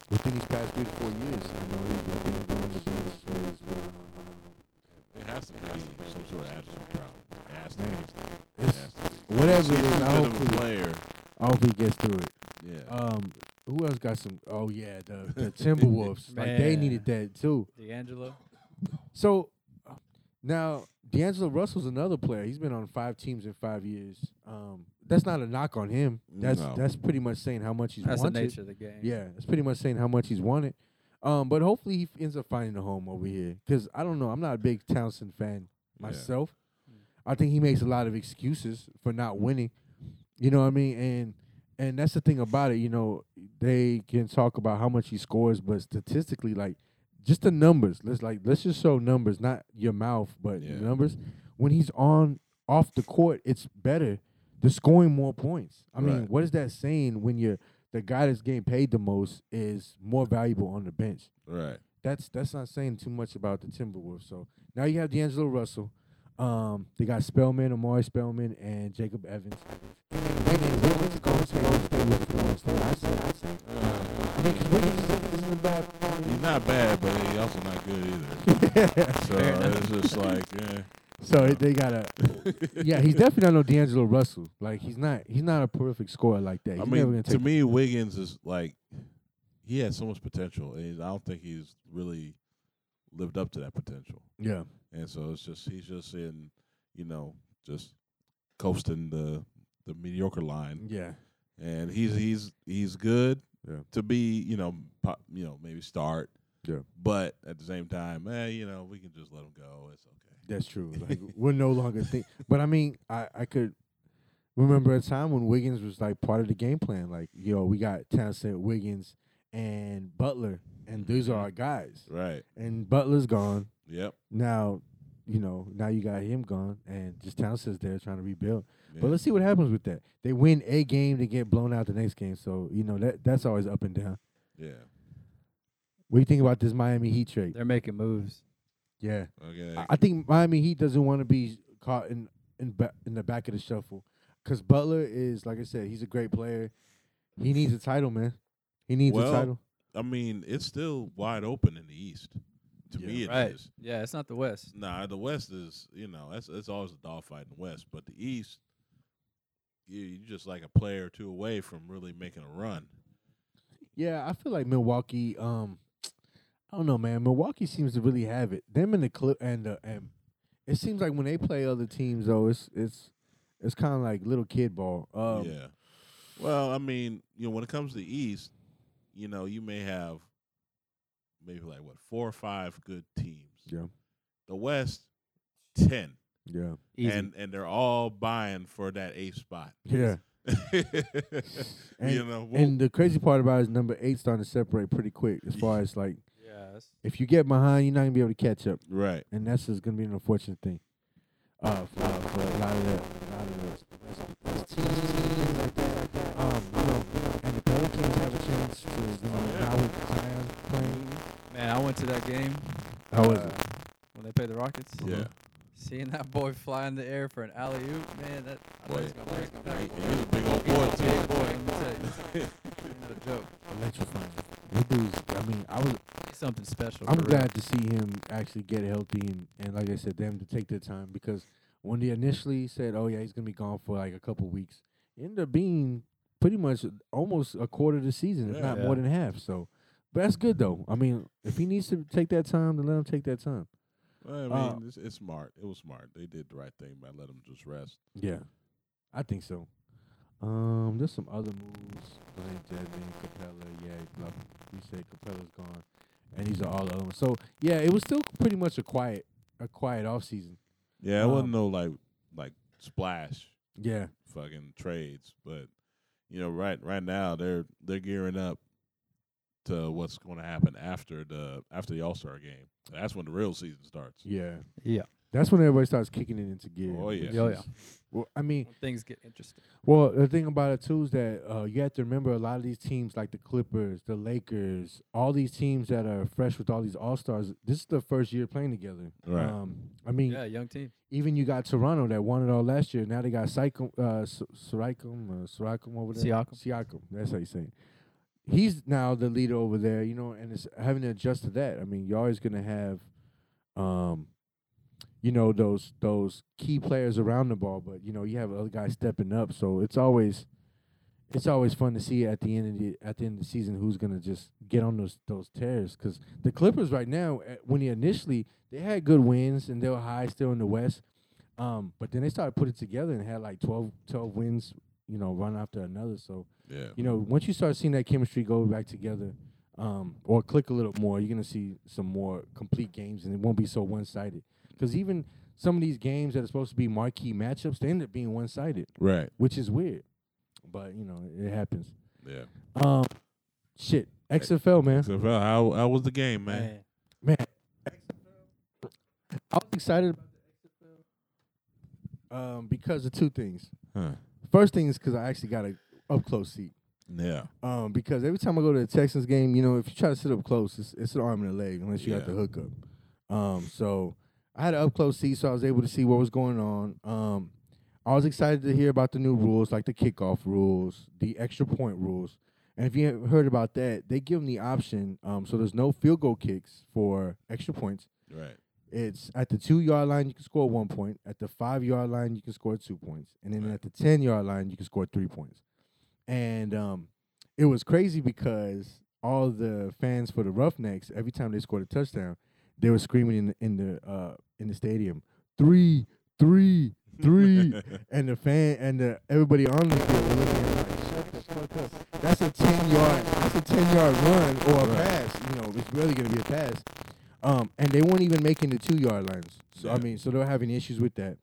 within these past three to four years. You know, he's been- been going to some stories where
It has to be some sort of attitude problem. It has to be.
Man,
It
it's-
has to be.
whatever it
He's
is,
a
I
bit of a
hope,
player.
I hope he gets through it.
Yeah.
Um, who else got some? Oh yeah, the, the Timberwolves. like they
Man.
needed that too.
D'Angelo.
So now D'Angelo Russell's another player. He's been on five teams in five years. Um, that's not a knock on him. That's
No.
that's pretty much saying how much he's
That's the
wanted.
nature of the game.
Yeah, that's pretty much saying how much he's wanted. Um, but hopefully he f- ends up finding a home over here because I don't know. I'm not a big Townsend fan
Yeah. Mm.
myself. I think he makes a lot of excuses for not winning. You know what I mean? And and that's the thing about it. You know, they can talk about how much he scores, but statistically, like just the numbers. Let's like let's just show numbers, not your mouth, but
Yeah.
numbers. When he's on off the court, it's better. They're scoring more points. I mean,
Right.
what is that saying when you're the guy that's getting paid the most is more valuable on the bench?
Right.
that's that's not saying too much about the Timberwolves. So now you have D'Angelo Russell. Um, they got Spellman, Amari Spellman, and Jacob Evans.
He's not bad, but he's also not good either. So it's just like, yeah.
so they got a yeah. He's definitely not no D'Angelo Russell. Like he's not he's not a prolific scorer like that. He's
I
never
mean,
gonna
to
take.
me, Wiggins is like he has so much potential, and he's- I don't think he's really lived up to that potential.
yeah,
And so it's just he's just in, you know, just coasting the the mediocre line,
yeah,
and he's he's he's good
Yeah.
to be, you know, pop, you know, maybe start.
Yeah.
But at the same time, eh, you know, we can just let him go. It's okay.
that's true. Like we're no longer think. But I mean, I I could remember a time when Wiggins was like part of the game plan. Like yo, we got Townsend, Wiggins, and Butler, and these are our guys.
Right.
And Butler's gone
Yep.
now. You know, now you got him gone, and just Townsend's there trying to rebuild.
Yeah.
But let's see what happens with that. They win a game, they get blown out the next game. So you know that that's always up and down.
Yeah.
What do you think about this Miami Heat trade?
They're making moves.
Yeah.
Okay.
I I think Miami Heat doesn't want to be caught in in ba- in the back of the shuffle because Butler is like I said, he's a great player. He needs a title, man. He needs
Well,
a title.
I mean, it's still wide open in the East. To
Yeah.
me, it is.
Right. Yeah, it's not the West.
Nah, the West is you know that's it's always a dogfight in the West, but the East, you you just like a player or two away from really making a run.
Yeah, I feel like Milwaukee. Um, I don't know, man. Milwaukee seems to really have it. Them and the clip and the and it seems like when they play other teams though, it's it's it's kind of like little kid ball. Um,
yeah. Well, I mean, you know, when it comes to the East, you know, you may have maybe like what four or five good teams.
yeah,
The West, ten,
yeah,
Easy.
and and they're all buying for that eighth spot.
yeah.
you know,
And the crazy part about it is number eight starting to separate pretty quick as far as like
yeah, it's-
if you get behind, you're not gonna be able to catch up,
right.
and that's just gonna be an unfortunate thing. Uh, for, uh, for a lot of the, a lot of the that's- that's teams like that. Um, you know, and the Pelicans have a chance because you know now with Zion playing.
man, I went to that game.
How was
uh,
it?
When they played the Rockets.
Yeah.
Seeing that boy fly in the air for an alley oop, man, that I know
Boy,
he's gonna- he's gonna-
He- he's a big old boy
he's a
too.
big boy, let me tell you. Ain't No joke.
Electrifying. The dude's. I mean, I was.
He's Something special.
I'm
for real.
glad to see him actually get healthy and, and like I said, them to take their time because when they initially said, "Oh yeah, he's gonna be gone for like a couple weeks," it ended up being pretty much almost a quarter of the season, if
Yeah.
not
Yeah.
more than half. So, but that's good though. I mean, if he needs to take that time, then let him take that time.
I mean,
Uh,
it's, it's smart. It was smart. They did the right thing by letting him just rest.
Yeah, I think so. Um, there's some other moves. Glenn Jevin, Capella, yeah, like we said Capella's gone, and these are all the other ones. So yeah, it was still pretty much a quiet, a quiet off season.
Yeah, it
Um,
wasn't no like like splash
Yeah,
fucking trades, but you know, right right now they're they're gearing up to what's going to happen after the after the All Star game. That's when the real season starts.
yeah,
Yeah.
that's when everybody starts kicking it into gear.
Oh, yeah.
which
Oh,
is-
yeah.
Well, I mean,
When things get interesting.
Well, the thing about it too is that uh, you have to remember a lot of these teams, like the Clippers, the Lakers, all these teams that are fresh with all these All Stars. This is the first year playing together.
Right.
Um, I mean,
Yeah, young team.
even you got Toronto that won it all last year. Now they got Siakam, uh, S- Siakam, uh, Siakam over there.
Siakam.
Siakam. That's how you say it. He's now the leader over there, you know, and it's having to adjust to that. I mean, you're always gonna have, um, you know, those those key players around the ball, but you know, you have other guys stepping up. So it's always, it's always fun to see at the end of the at the end of the season who's gonna just get on those those tears. Because the Clippers right now, eh, when they initially they had good wins and they were high still in the West, um, but then they started putting it together and had like 12, 12 wins, you know, one after another. So
Yeah,
you know, once you start seeing that chemistry go back together, um, or click a little more, you're gonna see some more complete games, and it won't be so one sided. Because even some of these games that are supposed to be marquee matchups, they end up being one sided,
right.
which is weird. But you know, it happens.
Yeah.
Um, shit, XFL man,
So well, how how was the game, man?
man, I was excited about the XFL um, because of two things.
Huh.
First thing is because I actually got a up close seat.
Yeah.
Um, because every time I go to a Texans game, you know, if you try to sit up close, it's, it's an arm and a leg unless you got
Yeah.
the hookup. Um, so I had an up close seat, so I was able to see what was going on. Um, I was excited to hear about the new rules, like the kickoff rules, the extra point rules. And if you haven't heard about that, they give them the option. Um, so there's no field goal kicks for extra points.
Right.
It's at the two yard line, you can score one point. At the five yard line, you can score two points. And then at the 10 yard line, you can score three points. And um, it was crazy because all the fans for the Roughnecks, every time they scored a touchdown, they were screaming in the, in the, uh, in the stadium, three, three, three. and the fan and the, everybody on the field were looking at it like, shut the fuck up. That's a 10 yard, that's a 10 yard run or a pass. You know, it's really going to be a pass. Um, and they weren't even making the two yard lines. So I
Yeah.
mean, so they're having issues with that.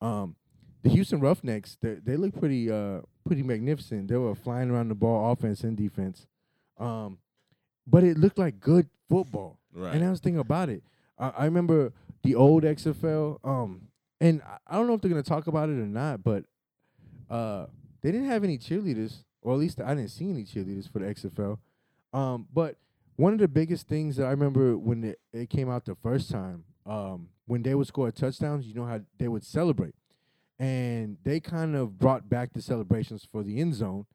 Um, the Houston Roughnecks, they, they look pretty uh pretty magnificent. They were flying around the ball, offense and defense. Um, but it looked like good football.
right.
And that was the thing about it. I, I remember the old XFL. Um, and I, I don't know if they're gonna talk about it or not, but uh, they didn't have any cheerleaders, or at least I didn't see any cheerleaders for the XFL. Um, but one of the biggest things that I remember when it, it came out the first time, um, when they would score touchdowns, you know how they would celebrate, and they kind of brought back the celebrations for the end zone,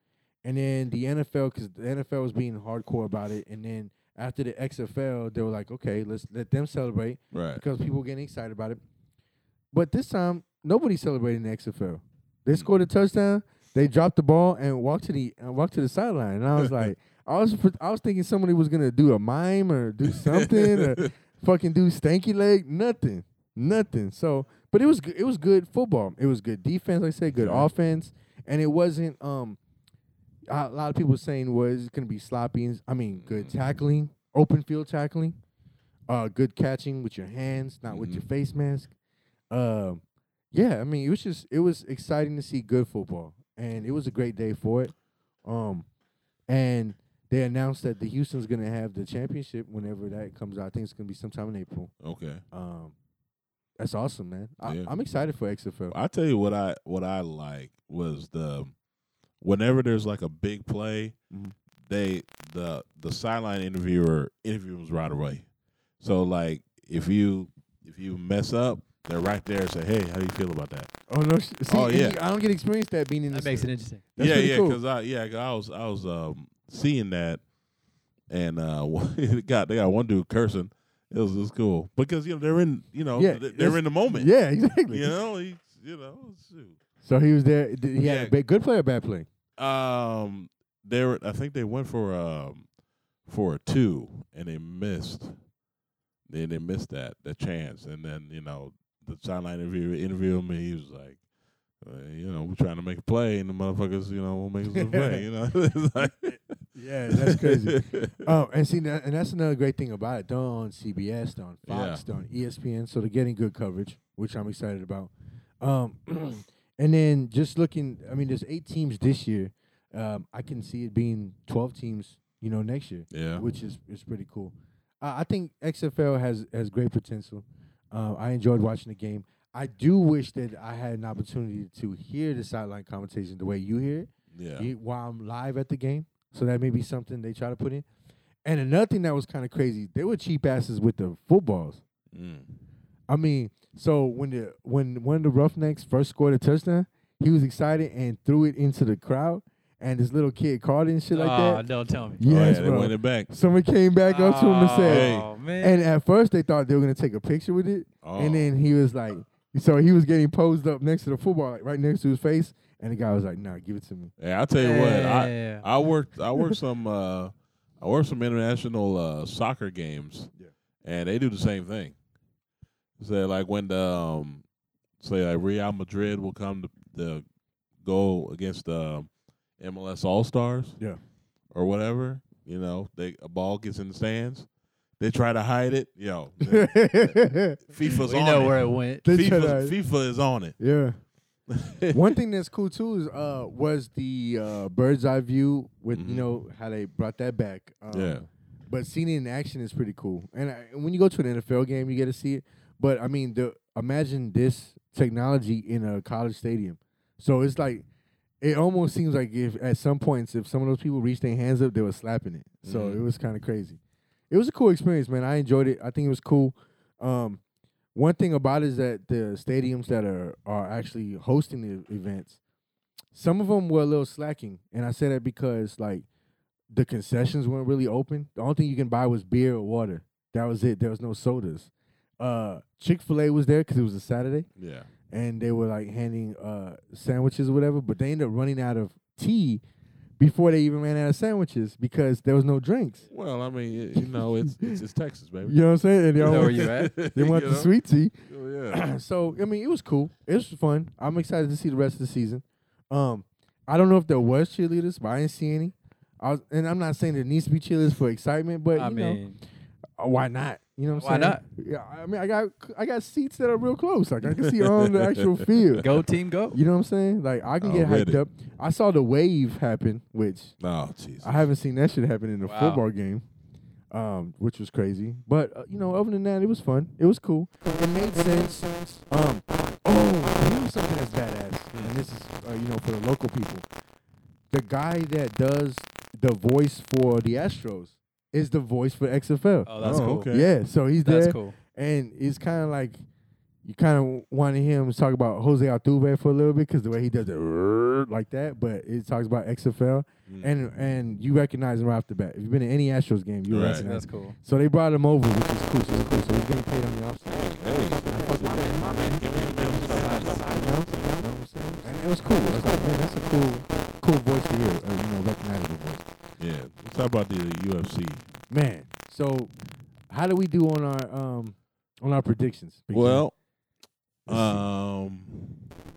and then the NFL, because the NFL was being hardcore about it, and then after the XFL, they were like, okay, let's let them celebrate
right.
because people getting excited about it. But this time, nobody's celebrating the XFL. They
Mm.
scored a touchdown, they dropped the ball and walked to the uh, walked to the sideline, and I was like, I was pr- I was thinking somebody was gonna do a mime or do something or fucking do stanky leg, nothing, nothing. So, but it was good. It was good football. It was good defense. Like I said, good
Yeah.
offense, and it wasn't. Um, a a lot of people saying was it's gonna be sloppy. and- I mean,
Mm.
good tackling, open field tackling, uh, good catching with your hands, not with your
Mm-hmm.
face mask. Um, yeah, I mean, it was just it was exciting to see good football, and it was a great day for it. Um, and they announced that the Houston's gonna have the championship whenever that comes out. I think it's gonna be sometime in April.
Okay.
Um, that's awesome, man. I,
Yeah.
I'm excited for XFL.
I tell you what I what I like was the whenever there's like a big play,
Mhm.
they the the sideline interviewer interviews right away. So like if you if you mess up, they're right there and say, "Hey, how do you feel about that?"
Oh no! sh- See,
Oh,
and
yeah.
you- I don't get experience that being in
That
this.
makes it interesting.
That's
yeah,
pretty
yeah,
cool.
because I yeah 'cause I was I was um, seeing that, and uh, it got they got one dude cursing. It was, it was cool because you know they're in you know
Yeah,
they- they're
that's-
in the moment.
Yeah, exactly.
you know he's you know, shoot.
So he was there. Did he had
Yeah.
a big, good play or bad play?
Um, they were, I think they went for um for a two and they missed. They they missed that that chance, and then you know the sideline interview interviewed me. He was like. Uh, you know, we're trying to make a play, and the motherfuckers, you know, won't make us a play. You know, It's like-
Yeah, that's crazy. oh, and see, that, and that's another great thing about it. They're on CBS, they're on Fox, they're on E ESPN, so they're getting good coverage, which I'm excited about. Um, and then just looking, I mean, there's eight teams this year. Um, I can see it being 12 teams, you know, next year.
yeah,
which is is pretty cool. Uh, I think XFL has has great potential. Uh, I enjoyed watching the game. I do wish that I had an opportunity to hear the sideline conversation the way you hear it
yeah,
you- while I'm live at the game. So that may be something they try to put in. And another thing that was kind of crazy, they were cheap asses with the footballs.
Mm.
I mean, so when the when one of the Roughnecks first scored a touchdown, he was excited and threw it into the crowd. And this little kid caught it and shit like
Ah,
that.
don't tell me.
Oh, yeah,
Yes,
they
bro.
went it back.
Someone came back up to him and said,
Oh, man.
and at first they thought they were gonna take a picture with it,
Oh.
and then he was like, so he was getting posed up next to the football, like right next to his face, and the guy was like, "Nah, give it to me."
Yeah, I tell you what, I
Yeah.
I worked I worked some uh, I worked some international uh, soccer games,
Yeah.
and they do the same thing. Say like when the um, say like Real Madrid will come to the go against uh, the MLS All Stars,
Yeah.
or whatever. You know, they a ball gets in the stands, they try to hide it. Yo, the- FIFA's
we
on
know
it.
where it went.
They try
FIFA,
to-
FIFA is on it.
yeah. One thing that's cool too is uh was the uh, bird's eye view with
Mhm.
you know how they brought that back. Um,
yeah,
But seeing it in action is pretty cool, and, I, and when you go to an NFL game, you get to see it. But I mean, the imagine this technology in a college stadium. So it's like, it almost seems like if at some points, if some of those people reached their hands up, they were slapping it. So
Mhm.
it was kind of crazy. It was a cool experience, man. I enjoyed it. I think it was cool. Um, one thing about it is that the stadiums that are are actually hosting the events, some of them were a little slacking, and I say that because like the concessions weren't really open. The only thing you can buy was beer or water. That was it. There was no sodas. Uh, Chick Fil A was there because it was a Saturday,
yeah.
and they were like handing uh sandwiches or whatever. But they ended up running out of tea before they even ran out of sandwiches because there was no drinks.
Well, I mean, it, you know, it's it's, it's Texas, baby.
You know what I'm saying? And they,
You know
all
where
went,
you at?
they want
You
the
know?
sweet tea.
Oh, yeah.
so I mean, it was cool. It was fun. I'm excited to see the rest of the season. Um, I don't know if there was cheerleaders, but I didn't see any. I was, and I'm not saying there needs to be cheerleaders for excitement, but
I
you know,
mean,
uh, why not? You know what
Why
I'm saying? Why not? Yeah, I mean, I got I got seats that are real close. Like I can see on the actual field.
go team, go.
You know what I'm saying? Like I can get hyped
Already.
up. I saw the wave happen, which
Oh, Jesus.
I haven't seen that shit happen in a
Wow.
football game, um, which was crazy. But uh, you know, other than that, it was fun. It was cool. It made sense. Um, oh, here's something that's badass, and this is uh, you know for the local people. The guy that does the voice for the Astros is the voice for XFL.
Oh, that's
Oh,
cool.
okay.
Yeah, so he's
That's
there,
cool.
and it's kind of like you kind of wanted him to talk about Jose Altuve for a little bit because the way he does it like that, but it talks about XFL,
Mm.
and and you recognize him right off the bat. If you've been to any Astros game, you
Right.
recognize.
That's
him.
cool.
So they brought him over, which is cool. So, it's cool. so he's getting paid on the offseason. And it was cool. It's like, man, that's a cool, cool voice to hear. Uh, you know, recognizable voice.
Yeah. Let's talk about the UFC.
Man, so how do we do on our um on our predictions? Big
Well,
Let's see.
um,
John?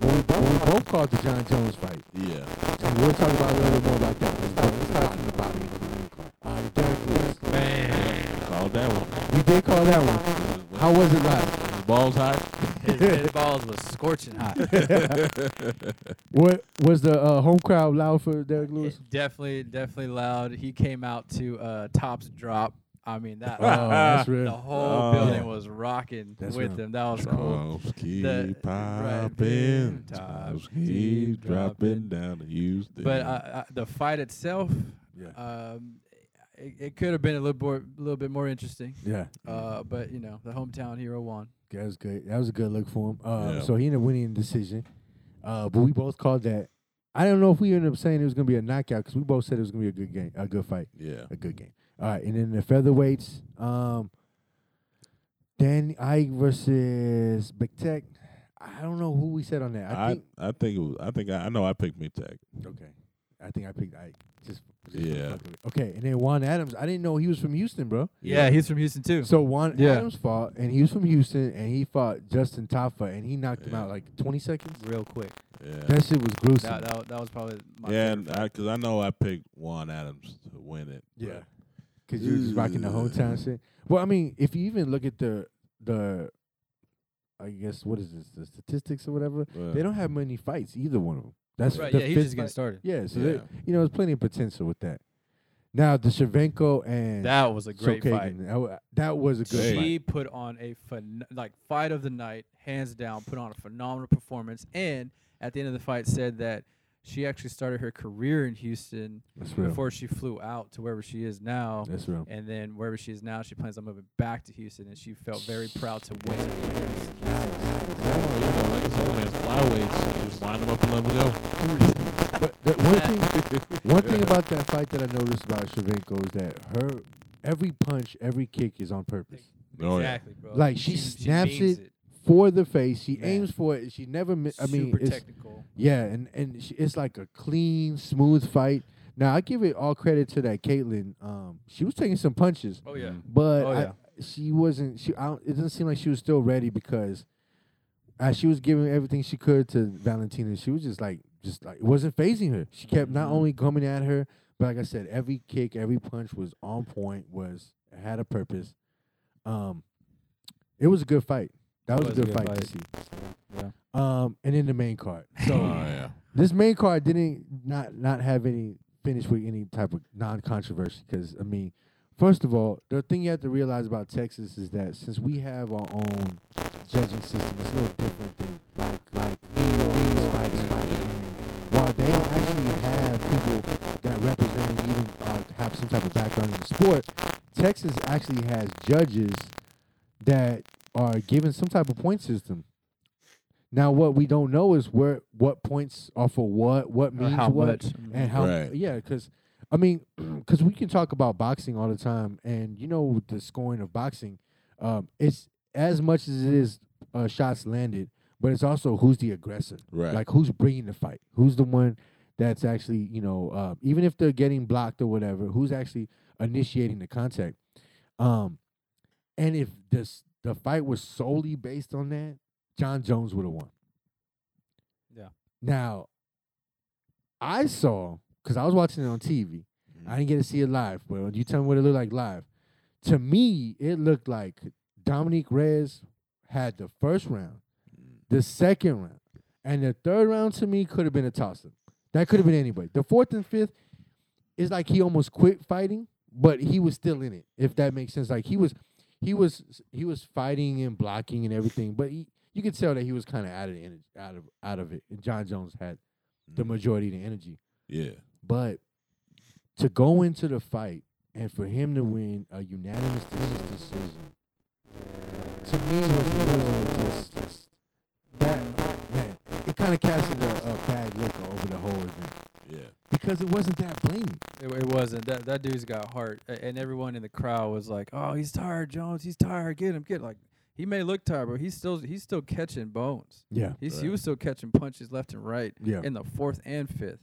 Well, we both, we both called the John Jones fight.
yeah.
And we'll talk about a little bit more about that. Let's talk- let's talk about the body of the main card. Uh, Derek Lewis.
Call that one.
We did call that one. How was it live?
His balls hot?
His dead balls was scorching hot.
What was the uh, home crowd loud for Derek Lewis?
It definitely, definitely loud. He came out to uh, tops drop. I mean, that
Oh, that's real.
the whole
Oh.
building was rocking
That's
with
real.
him. That was cool.
Tops keep
The- right.
popping.
Tops
Tops
keep
keep dropping
dropping.
down to Houston.
But uh, uh, the fight itself,
Yeah.
um, it, it could have been a little more, little bit more interesting.
Yeah,
Uh, but you know, the hometown hero won.
that was good. That was a good look for him. Uh,
Yeah.
So he ended up winning the decision. Uh, but we both called that. I don't know if we ended up saying it was going to be a knockout because we both said it was going to be a good game, a good fight,
yeah.
a good game. All right, and then the featherweights, um, Dan Ike versus Big Tech. I don't know who we said on that. I,
I
think
I think it was. I think I, I know. I picked me tech.
okay. I think I picked I just, just for
Yeah.
fucking with- Okay, and then Juan Adams. I didn't know he was from Houston, bro.
Yeah, he's from Houston too.
So Juan
Yeah.
Adams fought, and he was from Houston, and he fought Justin Taffa, and he knocked him
Yeah.
out like 20 seconds.
Real quick.
Yeah.
That shit was gruesome.
That, that, that was probably my
yeah,
favorite
uh,
and I because I know I picked Juan Adams to win it. but
Yeah, because you were just rocking the hometown shit. Well, I mean, if you even look at the the, I guess what is this? The statistics or whatever.
well,
They don't have many fights either one of them. That's
Right,
the
yeah, he's
fifth
just getting
fight-
started.
Yeah, so
Yeah.
there- you know, there's plenty of potential with that. Now the Shevchenko and
That was a great fight.
Sokagin, that wa- that was a good
Hey.
fight.
She put on a phen- like fight of the night, hands down, put on a phenomenal performance and at the end of the fight said that she actually started her career in Houston
That's real.
before she flew out to wherever she is now.
That's real.
And then wherever she is now, she plans on moving back to Houston, and she felt very proud to win.
you know, Oh, like I said, when it's flyweights, you just line them up and let them go.
But the one thing, one thing about that fight that I noticed about Shevchenko is that her every punch, every kick is on purpose.
Oh, yeah.
exactly, bro.
Like, she snaps
means
it. For the face, she
Man.
aims for it. She never. Mi- I mean,
super
it's,
technical.
Yeah, and and sh- it's like a clean, smooth fight. Now I give it all credit to that Caitlyn. Um, she was taking some punches,
Oh yeah,
but
Oh,
I-
yeah.
she wasn't. She I don't, it doesn't seem like she was still ready because as she was giving everything she could to Valentina, she was just like just like it wasn't phasing her. She kept not
Mhm.
only coming at her, but like I said, every kick, every punch was on point. Was had a purpose. Um, it was a good fight. That was, a good, fight, to see.
Yeah.
Um, and in the main card.
Oh yeah.
This main card didn't not not have any finish with any type of non controversy because I mean, first of all, the thing you have to realize about Texas is that since we have our own judging system, it's no different than like like these fights, like, while they don't actually have people that represent and even uh, have some type of background in the sport, Texas actually has judges that are given some type of point system. Now, what we don't know is where what points are for what, what means
how
what,
much?
and how.
Right.
Yeah, because I mean, because we can talk about boxing all the time, and you know with the scoring of boxing, um, it's as much as it is uh, shots landed, but it's also who's the aggressor,
Right.
like who's bringing the fight, who's the one that's actually you know uh, even if they're getting blocked or whatever, who's actually initiating the contact. Um, and if this the fight was solely based on that, John Jones would have won.
Yeah.
Now, I saw because I was watching it on TV. I didn't get to see it live, but you tell me what it looked like live. To me, it looked like Dominique Reyes had the first round, the second round, and the third round to me could have been a toss up. That could have been anybody. The fourth and fifth is like he almost quit fighting, but he was still in it. If that makes sense, like he was, he was, he was fighting and blocking and everything, but he, you could tell that he was kind of out of the energy, out of out of it. And John Jones had the
Mm-hmm.
majority of the energy.
Mm. yeah.
But to go into the fight and for him to win a unanimous decision to me was really just that man. It kind of casted a, a bad look over the whole event
Yeah.
because it wasn't that blatant.
It, it wasn't that that dude's got heart, a- and everyone in the crowd was like, "Oh, he's tired, Jones. He's tired. Get him, get like." He may look tired, but he's still he's still catching bones.
Yeah,
He's, He
Right.
was still catching punches left and right
yeah,
in the fourth and fifth.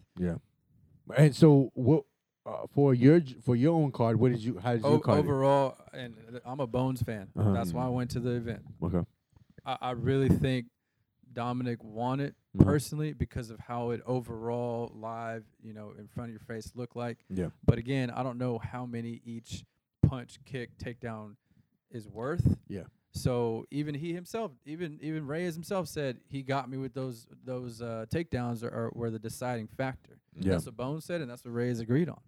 and so what uh, for your j- for your own card? What did you? How did you
O-
card? it?
overall, and th- I'm a Bones fan.
Uh-huh.
That's why I went to the event.
Okay.
I, I really think Dominic won it
Mhm.
personally because of how it overall live, you know, in front of your face looked like.
Yeah.
But again, I don't know how many each punch, kick, takedown is worth.
Yeah.
So even he himself, even even Reyes himself said he got me with those those uh, takedowns are, are were the deciding factor.
Yeah.
That's what Bones said, and that's what Reyes agreed on.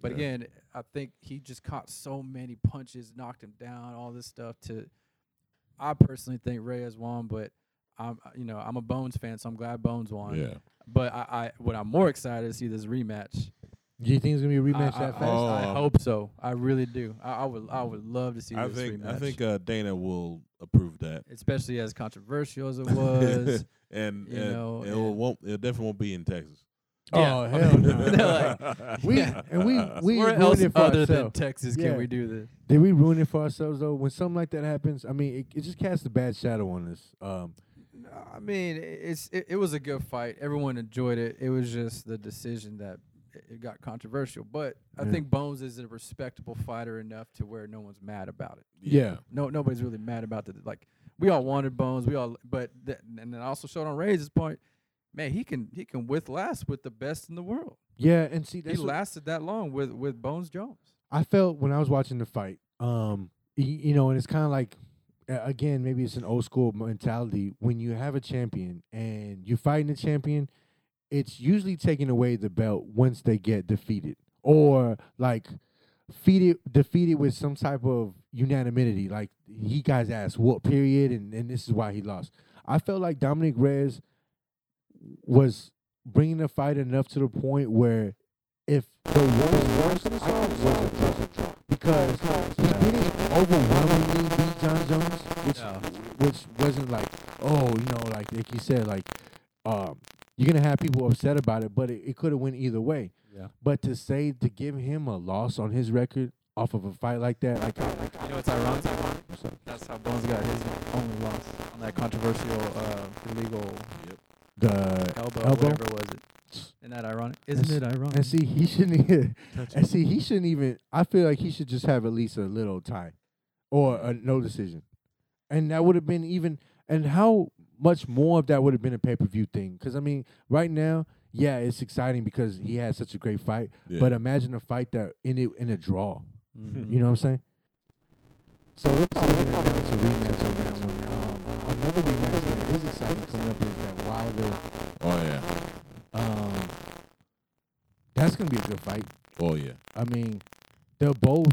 But
Yeah.
again, I think he just caught so many punches, knocked him down, all this stuff. To I personally think Reyes won, but I'm you know I'm a Bones fan, so I'm glad Bones won.
Yeah.
But I, I what I'm more excited to see this rematch.
Do you think it's gonna be a rematch
I,
that
I,
fast?
Oh.
I hope so. I really do. I, I would I would love to see
I
this
think
rematch.
I think uh, Dana will approve that.
especially as controversial as it was.
and
you
and,
know,
and it
and-
won't. It definitely won't be in Texas.
Yeah.
Oh hell no!
They're
We
Yeah.
and we
Oh,
we
Where
ruined
else
it for
other than
ourselves.
Texas
Yeah.
can we do this?
Did we ruin it for ourselves though? When something like that happens, I mean, it, it just casts a bad shadow on us. Um,
I mean, i- it's it, it was a good fight. Everyone enjoyed it. It was just the decision that i- it got controversial. But I
Yeah.
think Bones is a respectable fighter enough to where no one's mad about it.
Yeah.
No, nobody's really mad about the like. We all wanted Bones. We all, but th- and then also showed on Ray's point. Man, he can he can with last with the best in the world.
Yeah, and see,
he
that's what-
lasted that long with with Bones Jones.
I felt when I was watching the fight, um, y- you know, and it's kind of like, a- again, maybe it's an old school mentality. When you have a champion and you're fighting a champion, it's usually taking away the belt once they get defeated or like defeated, defeated with some type of unanimity. Like he guy's ass whooped, period, and, and this is why he lost. I felt like Dominic Reyes was bringing the fight enough to the point where if the worst, worst I thought was a perfect draw because he didn't overwhelmingly beat John Jones, which
No.
which wasn't like oh you know like like you said like um you're gonna have people upset about it, but it, it could have went either way.
Yeah.
But to say to give him a loss on his record off of a fight like that, like
You know what's ironic? That's how Bones got his only loss on that controversial uh, illegal
the
elbow,
Elbow? e-
whatever was it. Isn't that ironic? Isn't it ironic?
and see he shouldn't even
Touch
and see he shouldn't even. I feel like he should just have at least a little tie, or a no decision, and that would have been even. And how much more of that would have been a pay per view thing? Because I mean, right now, yeah, it's exciting because he had such a great fight.
Yeah. Mm-hmm.
But imagine a fight that ended in a draw.
Mhm.
You know what I'm saying? So we're probably going to announce a rematch on that one. Um, another rematch that is exciting coming up is that Wilder.
Oh yeah.
Um, that's going to be a good fight.
Oh yeah.
I mean, they're both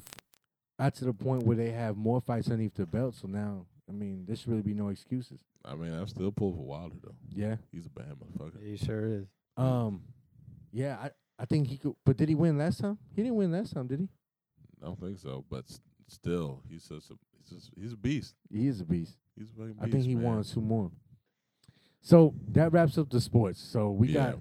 at to the point where they have more fights underneath their belt. So now, I mean, there should really be no excuses.
I mean, I'm still pulling for Wilder though.
Yeah.
He's a bad motherfucker.
He sure is.
Mm.
Um. Yeah. I I think he could. But did he win last time? He didn't win last time, did he?
I don't think so, but s- still, he's such a he's just, he's a beast.
He is a beast.
He's a fucking beast.
I think he
man.
won two more. So that wraps up the sports. So we
Yeah.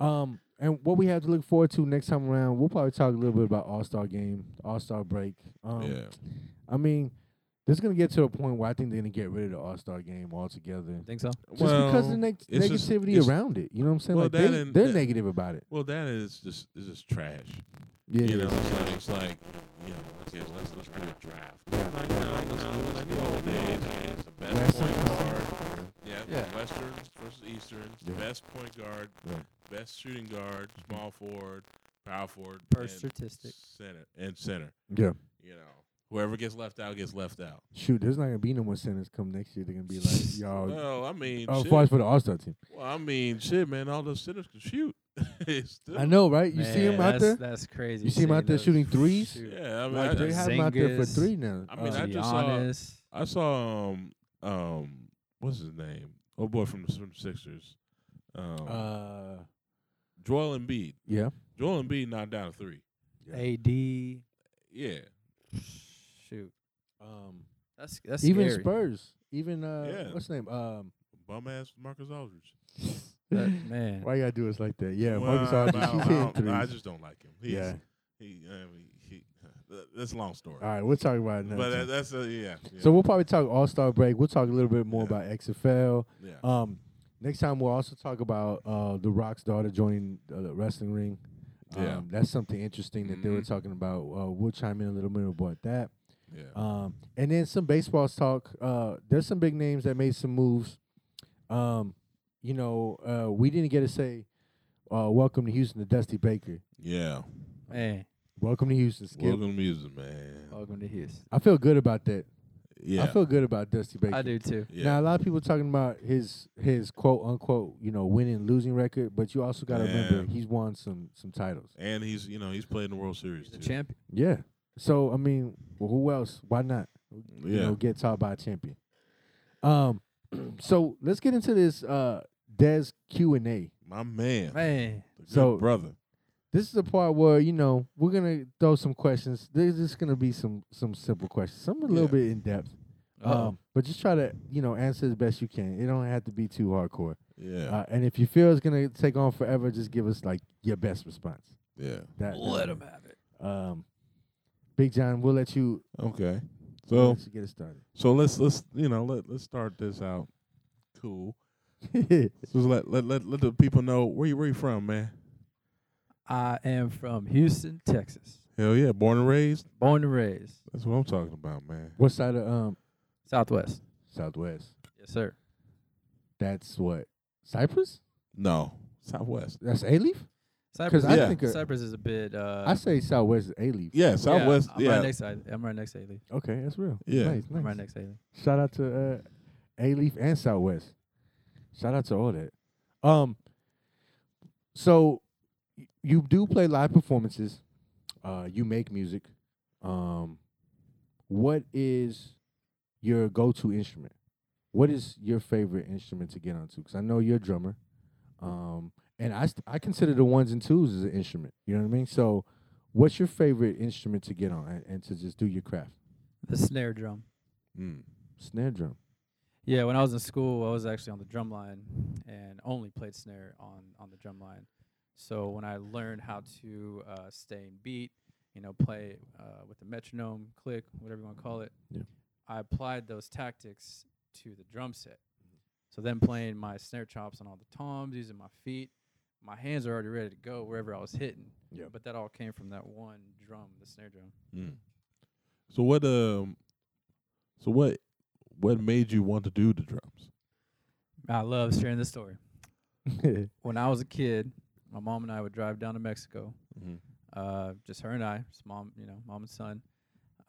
got um and what we have to look forward to next time around, we'll probably talk a little bit about All Star Game, All Star Break. Um,
yeah.
I mean, this is gonna get to a point where I think they're gonna get rid of the All Star Game altogether.
Think so?
Just because of the neg-
it's just-
negativity
it's-
around it. You know what I'm saying?
Well,
like
that
they,
and-
they're
that-
negative about it.
Well, that is just is just trash.
Yeah.
you know, it's like, it's like you know, let's, get, let's let's do a draft. Like, you know, let's do let's do old days. man. It's the best
Western
point guard. Yeah,
Yeah.
Western versus Eastern.
Yeah.
Best point guard,
Yeah. Mm-hmm.
best shooting guard, small forward, power forward,
Per
and
statistic.
center and center.
yeah.
You know, whoever gets left out gets left out.
Shoot, there's not gonna be no more centers come next year. They're gonna be like, y'all.
Well, I mean,
Oh,
shit.
far as for the All Star team,
well, I mean, shit, man. All those centers can shoot. It's still,
I know, right? You see him
Man,
out
that's-
there.
That's crazy.
You see him out there
those
shooting threes?
shoot.
Yeah, I mean,
Like
I,
they
just-
have him out there for
Zingis.
three now.
I mean,
Uh,
I just saw-
Giannis.
I saw um um what's his name? Oh boy from the from the Sixers. Um
Uh,
Joel Embiid.
yeah.
Joel Embiid knocked down a three.
AD.
Yeah.
Shoot.
Um,
That's that's
even
scary.
Spurs, even uh,
Yeah.
what's his name? Um,
Bum ass Marcus Aldridge.
That- man.
why you gotta do us like that? Yeah,
Well,
Marcus
I,
Aldridge,
don't-
he's
I
hitting
don't- I
threes.
just don't like him. He's,
Yeah.
He, I mean, he, that's a long story.
All right, we'll talk about it now.
but that, that's a, yeah, yeah.
So we'll probably talk All Star break. We'll talk a little bit more
Yeah.
about XFL.
yeah.
Um, next time we'll also talk about uh, The Rock's daughter joining uh, the wrestling ring. Um,
Yeah.
that's something interesting that they were
Mhm.
talking about. Uh, we'll chime in a little bit about that.
yeah.
Um, and then some baseballs talk. Uh, there's some big names that made some moves. Um, you know, uh, we didn't get to say uh, welcome to Houston to Dusty Baker.
yeah.
Man.
Welcome to Houston, Skip.
Welcome to music, man.
Welcome to Houston.
I feel good about that.
Yeah.
I feel good about Dusty Baker.
I do too.
yeah.
Now a lot of people talking about his his quote unquote you know winning losing record, but you also got to remember
Yeah.
he's won some some titles.
and he's, you know, he's played in the World Series
He's
too.
a champion.
Yeah. So I mean, well, who else? Why not?
Yeah.
You know, get taught by a champion. Um, so let's get into this uh Des Q and A.
My man.
Man.
The good
So-
brother.
This is the part where you know we're gonna throw some questions. There's just gonna be some some simple questions, some a little
Yeah.
bit in depth.
Uh-oh.
Um, but just try to you know answer as best you can. It don't have to be too hardcore.
Yeah.
Uh, and if you feel it's gonna take on forever, just give us like your best response.
yeah.
That,
Let him have it.
Um, Big John, we'll let you,
Okay.
we'll
So
let you get it started.
so let's let's you know let let's start this out cool. So let, let let let the people know where you where you from, man.
I am from Houston, Texas.
Hell yeah, born and raised.
Born and raised.
That's what I'm talking about, man.
what side of um
Southwest.
Southwest?
Yes, sir.
That's what Cyprus.
No, Southwest.
That's A leaf.
Cypress,
I
is-
think
a-
Cypress is a bit. Uh,
I say Southwest is A leaf.
Yeah, Southwest.
I'm
Yeah,
right next to Ailey. I'm right next to Ailey.
Okay, that's real.
Yeah.
nice,
I'm right
nice.
next to Ailey.
Shout out to uh, A Leaf and Southwest. Shout out to all that. Um, so y- you do play live performances. Uh, you make music. Um, what is your go-to instrument? What is your favorite instrument to get onto? Because I know you're a drummer, um, and I st- I consider the ones and twos as an instrument. You know what I mean? So, what's your favorite instrument to get on and, and to just do your craft?
The snare drum.
Mm.
Snare drum.
Yeah, when I was in school, I was actually on the drum line and only played snare on on the drum line. So when I learned how to uh, stay in beat, you know, play uh, with the metronome, click, whatever you want to call it,
Yeah.
I applied those tactics to the drum set. So then playing my snare chops on all the toms, using my feet, my hands are already ready to go wherever I was hitting.
Yeah.
But that all came from that one drum, the snare drum.
Mm. So what um, so what what made you want to do the drums?
I love sharing this story. When I was a kid, my mom and I would drive down to Mexico.
Mm-hmm.
uh, just her and I, just mom, you know, mom and son,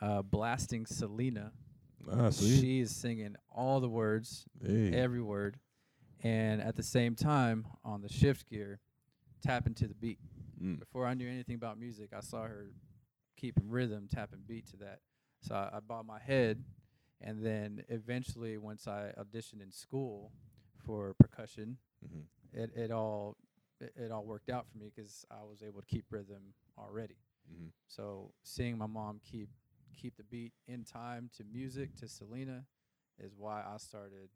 uh, blasting Selena.
Ah, see,
She is singing all the words,
hey.
every word, and at the same time on the shift gear, tapping to the beat.
Mm.
Before I knew anything about music, I saw her keeping rhythm, tapping beat to that. So I, I bought my head, and then eventually, once I auditioned in school for percussion,
Mhm.
it it all it, it all worked out for me because I was able to keep rhythm already.
Mhm.
So seeing my mom keep keep the beat in time to music to Selena is why I started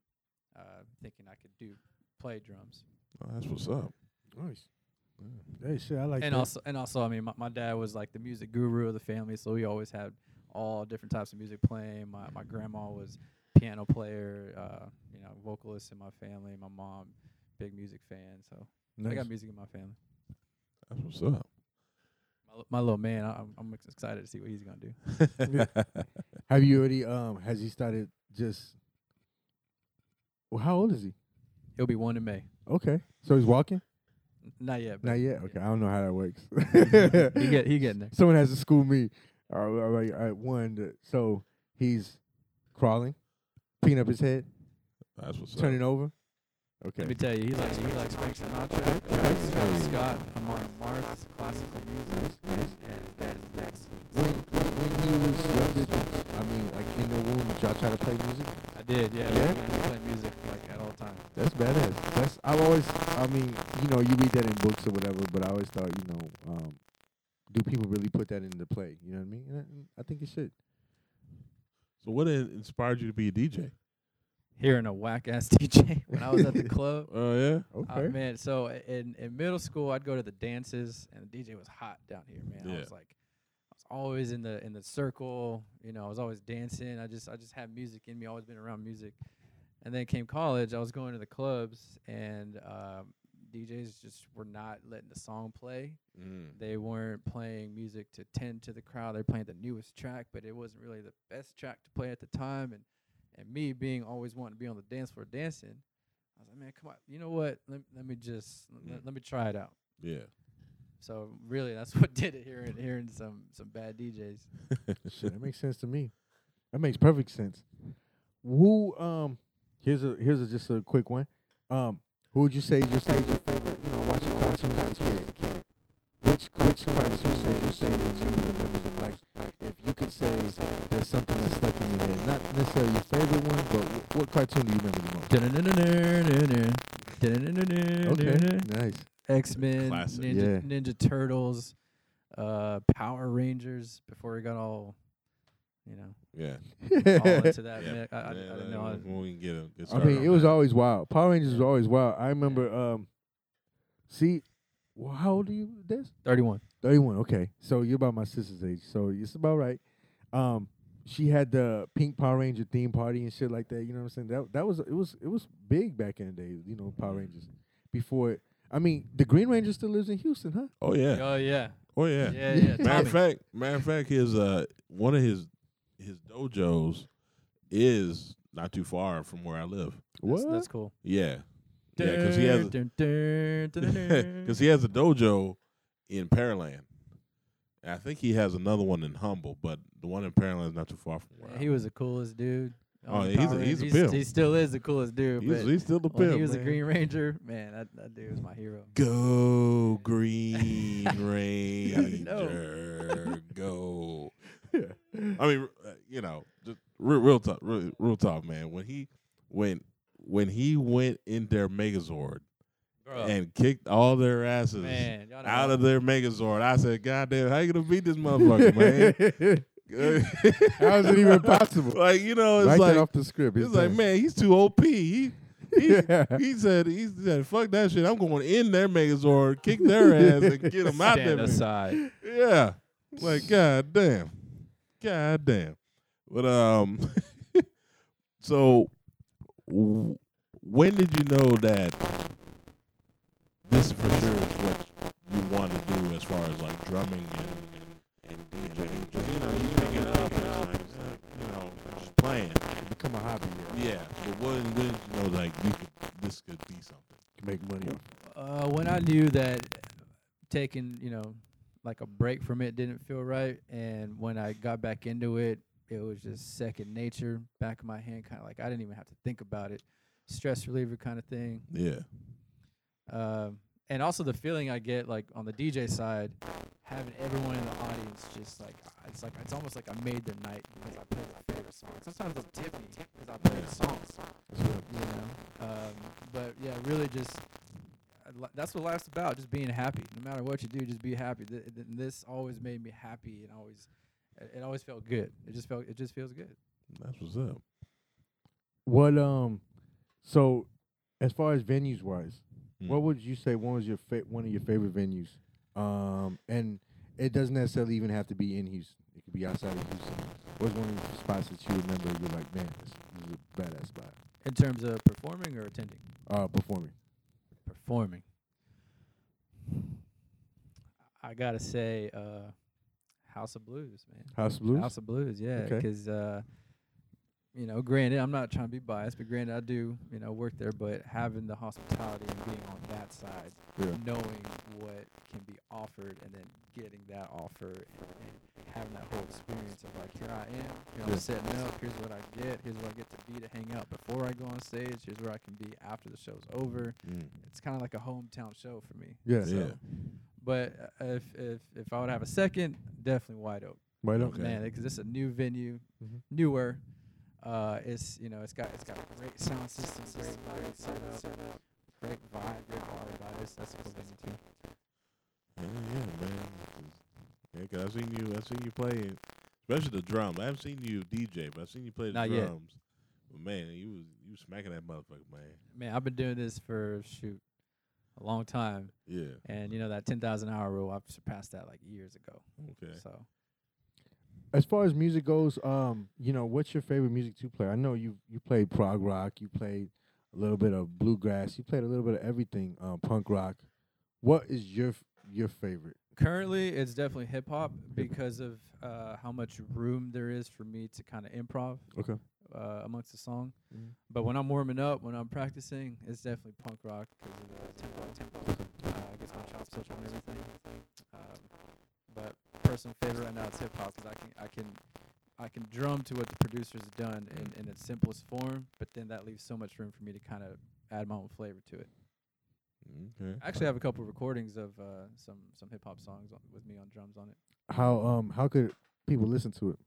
uh, thinking I could do play drums.
Oh, that's what's up.
Nice. Hey, shit, I like
and
that.
also and also I mean my, my dad was like the music guru of the family, so we always had all different types of music playing. My my grandma was piano player, uh, you know, vocalist in my family. My mom, big music fan, so I got
Nice.
music in my family.
That's what's up.
My, li- my little man, I, I'm, I'm ex- excited to see what he's gonna do.
Have you already? Um, has he started just? Well, how old is he?
He'll be one in May.
Okay, so he's walking.
N- Not yet. but
Not yet. Okay, I don't know how that works.
he get he getting there.
Someone has to school me. All right, all right, all right, one. th- So he's crawling, picking up his head,
That's what's
turning
up.
over.
Let me
Okay.
tell you, he likes he likes Frank Sinatra, Travis Scott, Amon Marks, classical music, and that is next.
When, when, when he was young, did you- I mean, like in the womb, did y'all try to play music?
I did, yeah.
Yeah?
We play music like at all times.
That's badass. That's I've always. I mean, you know, you read that in books or whatever, but I always thought, you know, um, do people really put that into play? You know what I mean? And I, I think it should.
So what in- inspired you to be a DJ?
Hearing a whack ass DJ when I was at the club.
Oh yeah.
Oh man, so i- in in middle school, I'd go to the dances, and the DJ was hot down here, man.
Yeah.
I was like, I was always in the in the circle, you know. I was always dancing. I just I just had music in me. Always been around music. And then came college, I was going to the clubs, and um, DJs just were not letting the song play.
Mm.
They weren't playing music to tend to the crowd. They're playing the newest track, but it wasn't really the best track to play at the time. And and me being always wanting to be on the dance floor dancing, I was like, man, come on, you know what? Let, let me just let-
Mm.
let, let me try it out.
Yeah.
So really, that's what did it. Hearing hearing some some bad DJs.
Shit, that makes sense to me. That makes perfect sense. Who? Um, here's a here's a, just a quick one. Um, who would you say is your stage your favorite? You know, watching cartoons as a kid. Which which cartoons would you say that you remember? Like, like if you could say there's something that stuck in your head, not necessarily your favorite one, but wh- what cartoon do you remember the most? Okay, nice.
X Men,
Classic.
Ninja,
Yeah.
Ninja Turtles, uh, Power Rangers. Before we got all, you know,
Yeah.
all into that.
Yeah.
mix. I, I, I
Yeah,
didn't know. I,
when we can get a good
I
start
mean,
on
it was
that.
always wild. Power Rangers was always wild. I remember. Um, see, well, how old are you? This
Thirty-one.
thirty-one. Okay, so you're about my sister's age, so it's about right. Um, she had the pink Power Ranger theme party and shit like that. You know what I'm saying? That that was it was it was big back in the day. You know,
Mm-hmm.
Power Rangers before. It, I mean, the Green Ranger still lives in Houston, huh?
Oh yeah.
Oh yeah.
Oh yeah.
Yeah, yeah.
Matter of
Tommy.
fact, matter of fact, his uh one of his his dojos is not too far from where I live.
That's, that's cool.
Yeah, yeah, because he has because he has a dojo in Pearland. And I think he has another one in Humble, but the one in Pearland is not too far from where I
he was the coolest dude. on
Oh,
the
yeah, he's
Power
a- he's a
Rangers.
pimp.
He still is the coolest dude.
He's,
but
he's still the
when
pimp.
he was
man.
a Green Ranger, man, that, that dude was my hero.
Go Green
No.
Ranger, go. I mean, uh, you know, just real, real talk, real, real talk, man. When he when when he went in their Megazord
Bro,
and kicked all their asses
man, y'all know
out
how-
of their Megazord, I said, "God damn, how you gonna beat this motherfucker, man?"
How is it even possible?
like you know, it's
Write
like
that off the script.
it's like
done.
man, he's too op. He he
Yeah.
he said he said fuck that shit. I'm going in their Megazord, kick their ass, and get them out there.
stand aside.
Yeah, like god damn, god damn. But um, so w- when did you know that this for sure is what you want to do as far as like drumming and and, and DJing? 'Cause, You know, you pick it up and it's like, it's like, you know, just playing.
become a hobby. Yeah.
Yeah, but when when did you know like you could this could be something?
You make money off.
Uh, when I knew that taking, you know, like a break from it didn't feel right, and when I got back into it, it was just second nature, back of my hand, kind of like I didn't even have to think about it, stress reliever kind of thing.
Yeah,
Um, and also the feeling I get like on the DJ side, having everyone in the audience just like uh, it's like it's almost like I made their night because I played their favorite song. Sometimes they'll tip me because I played the songs, you know. Um, but yeah, really just I li- that's what life's about. Just being happy, no matter what you do, just be happy. Th- th- this always made me happy and always. It it always felt good. It just felt. It just feels good.
that's what's up.
What um, so as far as venues wise, what
Mm.
would you say one was your fa- one of your favorite venues? Um, and it doesn't necessarily even have to be in Houston. It could be outside of Houston. What's one of the spots that you remember? You're like, man, this, this is a badass spot.
In terms of performing or attending.
Uh, performing.
performing. I gotta say, uh, House of Blues, man.
House Blues.
House of Blues, yeah,
Okay.
because uh, you know, granted, I'm not trying to be biased, but granted, I do, you know, work there. But having the hospitality and being on that side,
Yeah.
knowing what can be offered, and then getting that offer, and, and having that whole experience of like, here I am, here
Yeah.
I'm setting up, here's what I get, here's what I get to be to hang out before I go on stage, here's where I can be after the show's over
Mm.
it's kind of like a hometown show for me.
Yeah.
Yeah.
But uh, if if if I would have a second, definitely White Oak,
Right on.
Okay.
man, because it's a new venue,
Mhm.
newer. Uh, it's you know it's got it's got a great sound system, great lighting setup, great vibe, great all about it. That's a cool venue too.
Yeah, yeah, man. Yeah, cause I've seen you. I've seen you play, especially the drums. I haven't seen you DJ, but I've seen you play the
Not yet.
drums. But man, you was you smacking that motherfucker, man.
Man, I've been doing this for shoot a long time,
Yeah.
and you know that ten thousand hour rule, I've surpassed that like years ago.
Okay.
So
as far as music goes, um, you know, what's your favorite music to play? I know you you played prog rock, you played a little bit of bluegrass, you played a little bit of everything, um, punk rock. What is your f- your favorite?
Currently, it's definitely hip hop because of uh, how much room there is for me to kind of improv
Okay.
uh, amongst the song.
Mhm.
But when I'm warming up, when I'm practicing, it's definitely punk rock because of the tempo. tempo. Uh, it gets my chops touch on everything. Um, but personal favorite right now is hip hop because I can I can I can drum to what the producer's done in, in its simplest form. But then that leaves so much room for me to kind of add my own flavor to it.
Okay.
I actually have a couple recordings of uh, some some hip hop songs on, with me on drums on it.
How um how could people listen to it?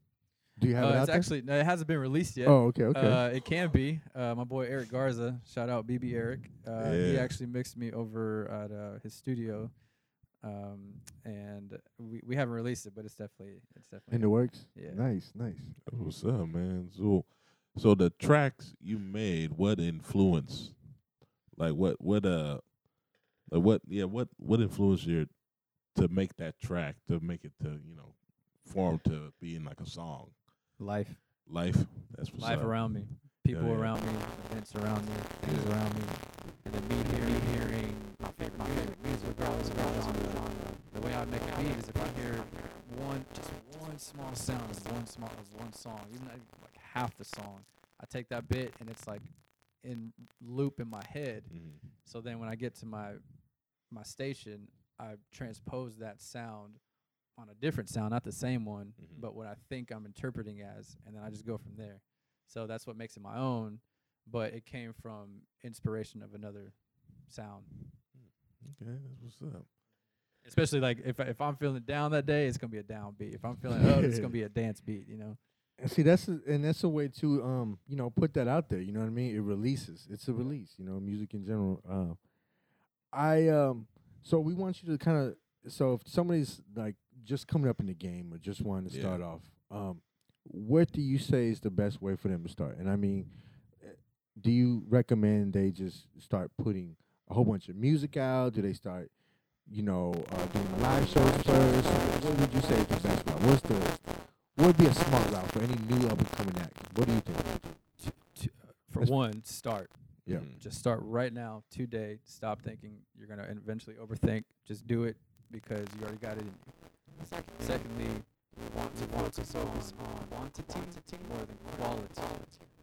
Do you have
Uh,
it out
it's
there?
actually no, it hasn't been released yet.
Oh, okay, okay.
Uh, it can be. Uh, my boy Eric Garza, shout out BB Eric. Uh, He
Yeah.
actually mixed me over at uh, his studio, um, and we, we haven't released it, but it's definitely it's definitely
In the works.
yeah.
Nice, nice.
That's what's up, man? So, so the tracks you made, what influence? Like what? What? Uh, like what? Yeah. What? What influenced you to make that track? To make it to you know, form to being like a song.
Life,
Life. That's what's
life
up.
around me, people
yeah.
around me, events around me, things
Yeah.
around me, and then me hearing, hearing my favorite, my favorite music, regardless of the genre. The way I make a beat is if I hear one, just one small sound of one small of one song, even like like half the song, I take that bit and it's like in loop in my head.
Mhm.
So then when I get to my my station, I transpose that sound on a different sound, not the same one,
Mhm.
but what I think I'm interpreting as, and then I just go from there. So that's what makes it my own, but it came from inspiration of another sound.
Okay, that's what's up.
Especially like if I- if I'm feeling down that day, it's gonna be a down beat. If I'm feeling up, it's gonna be a dance beat. You know,
And see, that's a, and that's a way to um, you know, put that out there. You know what I mean? It releases. It's a release. You know, music in general. Um, I um, so we want you to kind of so if somebody's like just coming up in the game or just wanting to
Yeah.
start off, um, what do you say is the best way for them to start? And I mean, eh, do you recommend they just start putting a whole bunch of music out? Do they start? You know, uh, doing live shows first. What would you say is the best route? What's the what would be a smart route for any new up and coming act? What do you think?
for
That's-
one, start.
Yeah.
Mhm.
just start right now today stop thinking you're going to eventually overthink just do it because you already got it in you secondly want to focus on quantity more than quality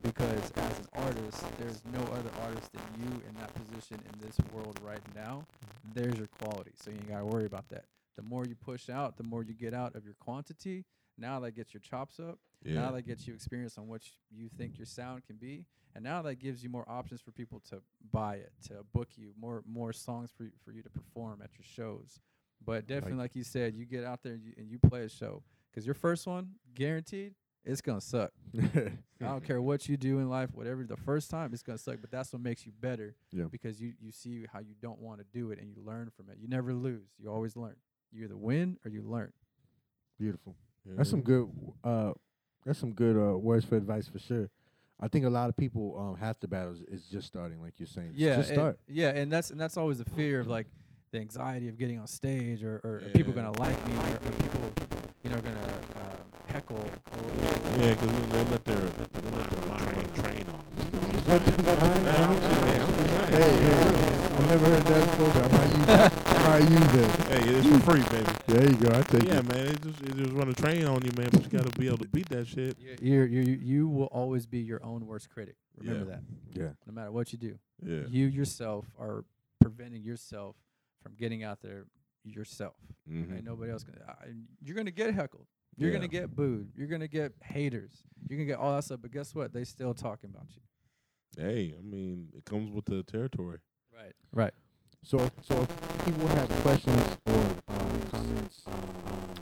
because as an artist there's no other artist than you Mm-hmm. in that position in this world right now there's your quality so you ain't got to worry about that the more you push out the more you get out of your quantity now that gets your chops up
Yeah.
now that gets you experience on what you think your sound can be, and now that gives you more options for people to buy it, to book you, more more songs for you, for you to perform at your shows. But definitely, like you said, you get out there and you, and you play a show because your first one, guaranteed, it's gonna suck. I don't care what you do in life, whatever the first time, it's gonna suck. But that's what makes you better,
Yeah.
because you you see how you don't want to do it and you learn from it. You never lose. You always learn. You either win or you learn.
Beautiful.
Yeah.
That's some good. Uh, that's some good uh, words for advice for sure. I think a lot of people um half the battles is just starting, like you're saying.
yeah
just
and-
start.
yeah and that's and that's always the fear of like the anxiety of getting on stage or, or are people
Yeah.
gonna like me or are people you know gonna uh, heckle or
Yeah, 'cause they- they let their they let their mind run train on 'em.
Hey, hey, I've never heard that before. but I might use that. I might use that.
Hey, it's for free, baby.
There you go. I take
Yeah,
it.
man. It just it just run a train on you, man. But you got to be able to beat that shit.
you you you you will always be your own worst critic remember
Yeah.
that
Yeah.
no matter what you do
Yeah.
you yourself are preventing yourself from getting out there yourself
Mm-hmm.
and nobody else can I, you're gonna get heckled you're
Yeah.
gonna get booed you're gonna get haters you're gonna get all that stuff but guess what they still talking about you
Hey, I mean, it comes with the territory.
right right
So, if- so if people have questions or um, comments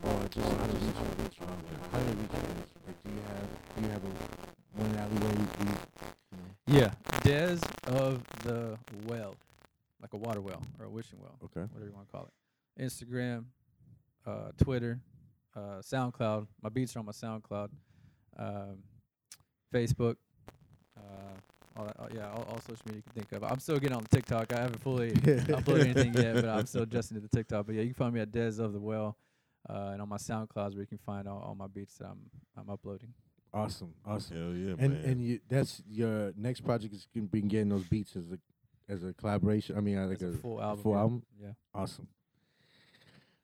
or just observations, um, how do they reach you? Like, do you have do you have a one alleyway? Do you,
Yeah, Des of the Well, like a water well or a wishing well,
Okay.
whatever you want to call it. Instagram, uh, Twitter, uh, SoundCloud. My beats are on my SoundCloud, um, Facebook, uh, all that. all- yeah, all, all social media you can think of. I'm still getting on TikTok. I haven't fully uploaded anything yet, but I'm still adjusting to the TikTok. But yeah, you can find me at Des of the Well, uh, and on my SoundClouds where you can find all, all my beats that I'm I'm uploading.
Awesome, awesome.
Hell yeah,
and
man.
and you, that's your next project is gonna be getting those beats as a as a collaboration. I mean, uh, like
It's
a,
a full album.
full
yeah.
album?
Yeah.
awesome.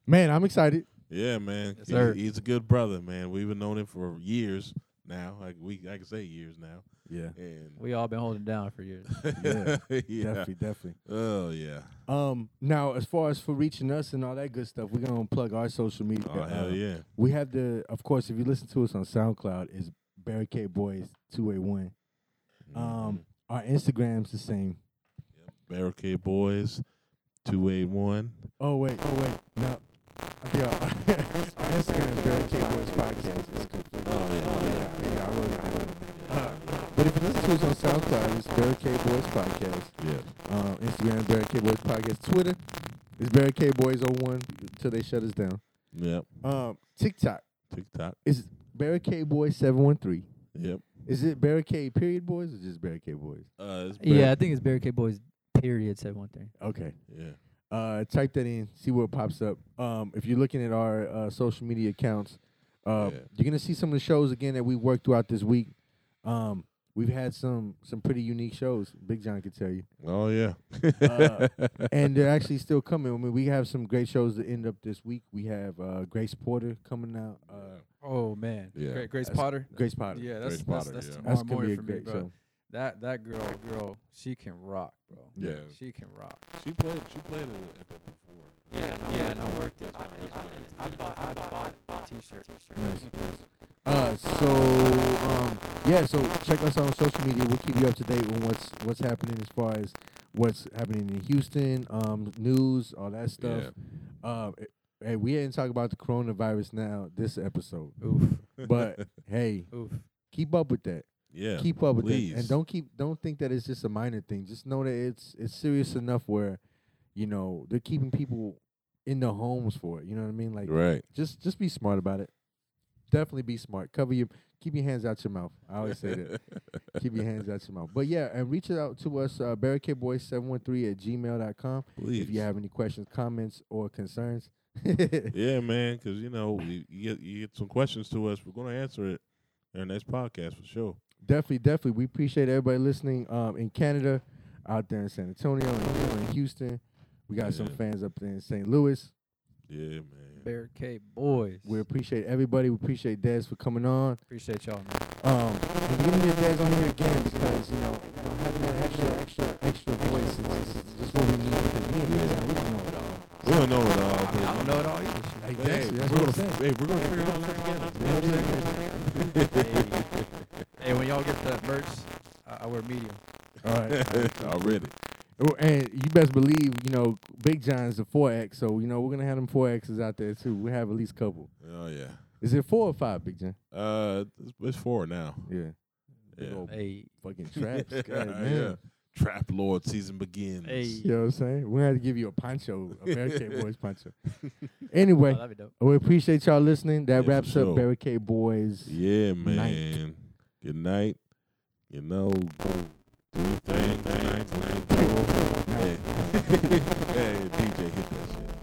Man, I'm excited.
yeah, man.
Yes,
He-
sir.
he's a good brother, man. We've known him for years now. Like we, I can say years now.
Yeah,
And
We all been holding down for years.
yeah.
definitely, definitely.
Oh yeah.
Um, now as far as for reaching us and all that good stuff, we're gonna plug our social media.
Oh hell
uh,
yeah.
We have the, of course, if you listen to us on SoundCloud, is Barricade Boys Two A One.
Mm-hmm.
Um, our Instagram's the same.
Barricade Boys, two eight one.
Oh wait, oh wait, no, yeah, our Instagram's Barricade Boys Podcast. It's confusing.
Oh,
yeah, yeah, I wrote it, I wrote it. Uh, But if you listen to us on SoundCloud, it's Barricade Boys Podcast.
Yeah.
Um, Instagram Barricade Boys Podcast. Twitter is Barricade Boys 01 until they shut us down.
Yep.
Um, TikTok
TikTok.
is Barricade Boys 713.
Yep.
Is it Barricade Period Boys or just Barricade Boys?
Uh, it's
Yeah, I think it's Barricade Boys. Period. Said one thing.
Okay.
Yeah.
Uh, type that in, see what pops up. Um, if you're looking at our uh, social media accounts, Uh,
Yeah.
You're gonna see some of the shows again that we worked throughout this week. Um, we've had some some pretty unique shows. Big John could tell you,
Oh yeah.
Uh, and they're actually still coming. I mean, we have some great shows to end up this week. We have uh, Grace Porter coming out. Uh,
Oh man,
Yeah.
Gra- Grace
That's-
Potter.
Grace Potter.
Yeah, that's
Grace
that's,
Potter,
that's
yeah.
That's
tomorrow
gonna be
morning
a
for me,
great
bro.
show.
That that girl, girl, she can rock, bro.
Yeah.
she can rock.
She played. She played it at the before.
Nice. Uh, so um, yeah, so check us out on social media. We'll keep you up to date on what's what's happening as far as what's happening in Houston, um, news, all that stuff. Um, eh, hey, we didn't talk about the coronavirus now this episode,
Oof,
but hey,
oof.
keep up with that.
Yeah.
keep up with
please.
that, and don't keep don't think that it's just a minor thing. Just know that it's it's serious enough where, you know, they're keeping people in their homes for it. You know what I mean? Like
right.
just just be smart about it. Definitely be smart. Cover your keep your hands out your mouth. I always say that. keep your hands out your mouth. But yeah, and reach out to us, uh, barricadeboys713 at gmail.com
Please.
if you have any questions, comments, or concerns.
Yeah, man. Because you know you, you get you get some questions to us. We're gonna answer it in our next podcast for sure.
definitely, definitely. We appreciate everybody listening um, in Canada, out there in San Antonio, and in Houston. We got some
Yeah.
fans up there in St. Louis.
Yeah, man.
Barricade boys.
We appreciate everybody. We appreciate Des for coming on.
appreciate y'all, man.
Um, and getting your dads on here again because you know having that extra, extra, extra voice is is just what we need. Because me and you, we don't know it all.
We don't know it all.
I, mean, I don't know it all either. shit.
Hey,
Exactly, that's
we're
what I'm
gonna, hey, we're gonna figure it all out together.
You know what I'm saying? hey. Hey, when y'all get the merch, I, I wear medium.
All right.
Already.
Oh, And you best believe, you know, Big John's a four X, so you know we're gonna have them four X's out there too. We have at least a couple.
Oh yeah.
Is it four or five, Big John?
Uh, it's, it's four now.
Yeah. Big
Yeah.
old
Hey,
fucking traps. God,
Yeah.
damn.
Trap Lord season begins.
Hey.
You know what I'm saying? We're gonna have to give you a poncho, a Barricade Boys poncho. Anyway,
oh, that'd be dope.
we appreciate y'all listening.
Yeah,
That
for
wraps
sure.
up Barricade Boys.
Yeah, man.
Night.
Good night. You know, go do your thing. Good night. Good night. Hey. hey, DJ, hit that shit.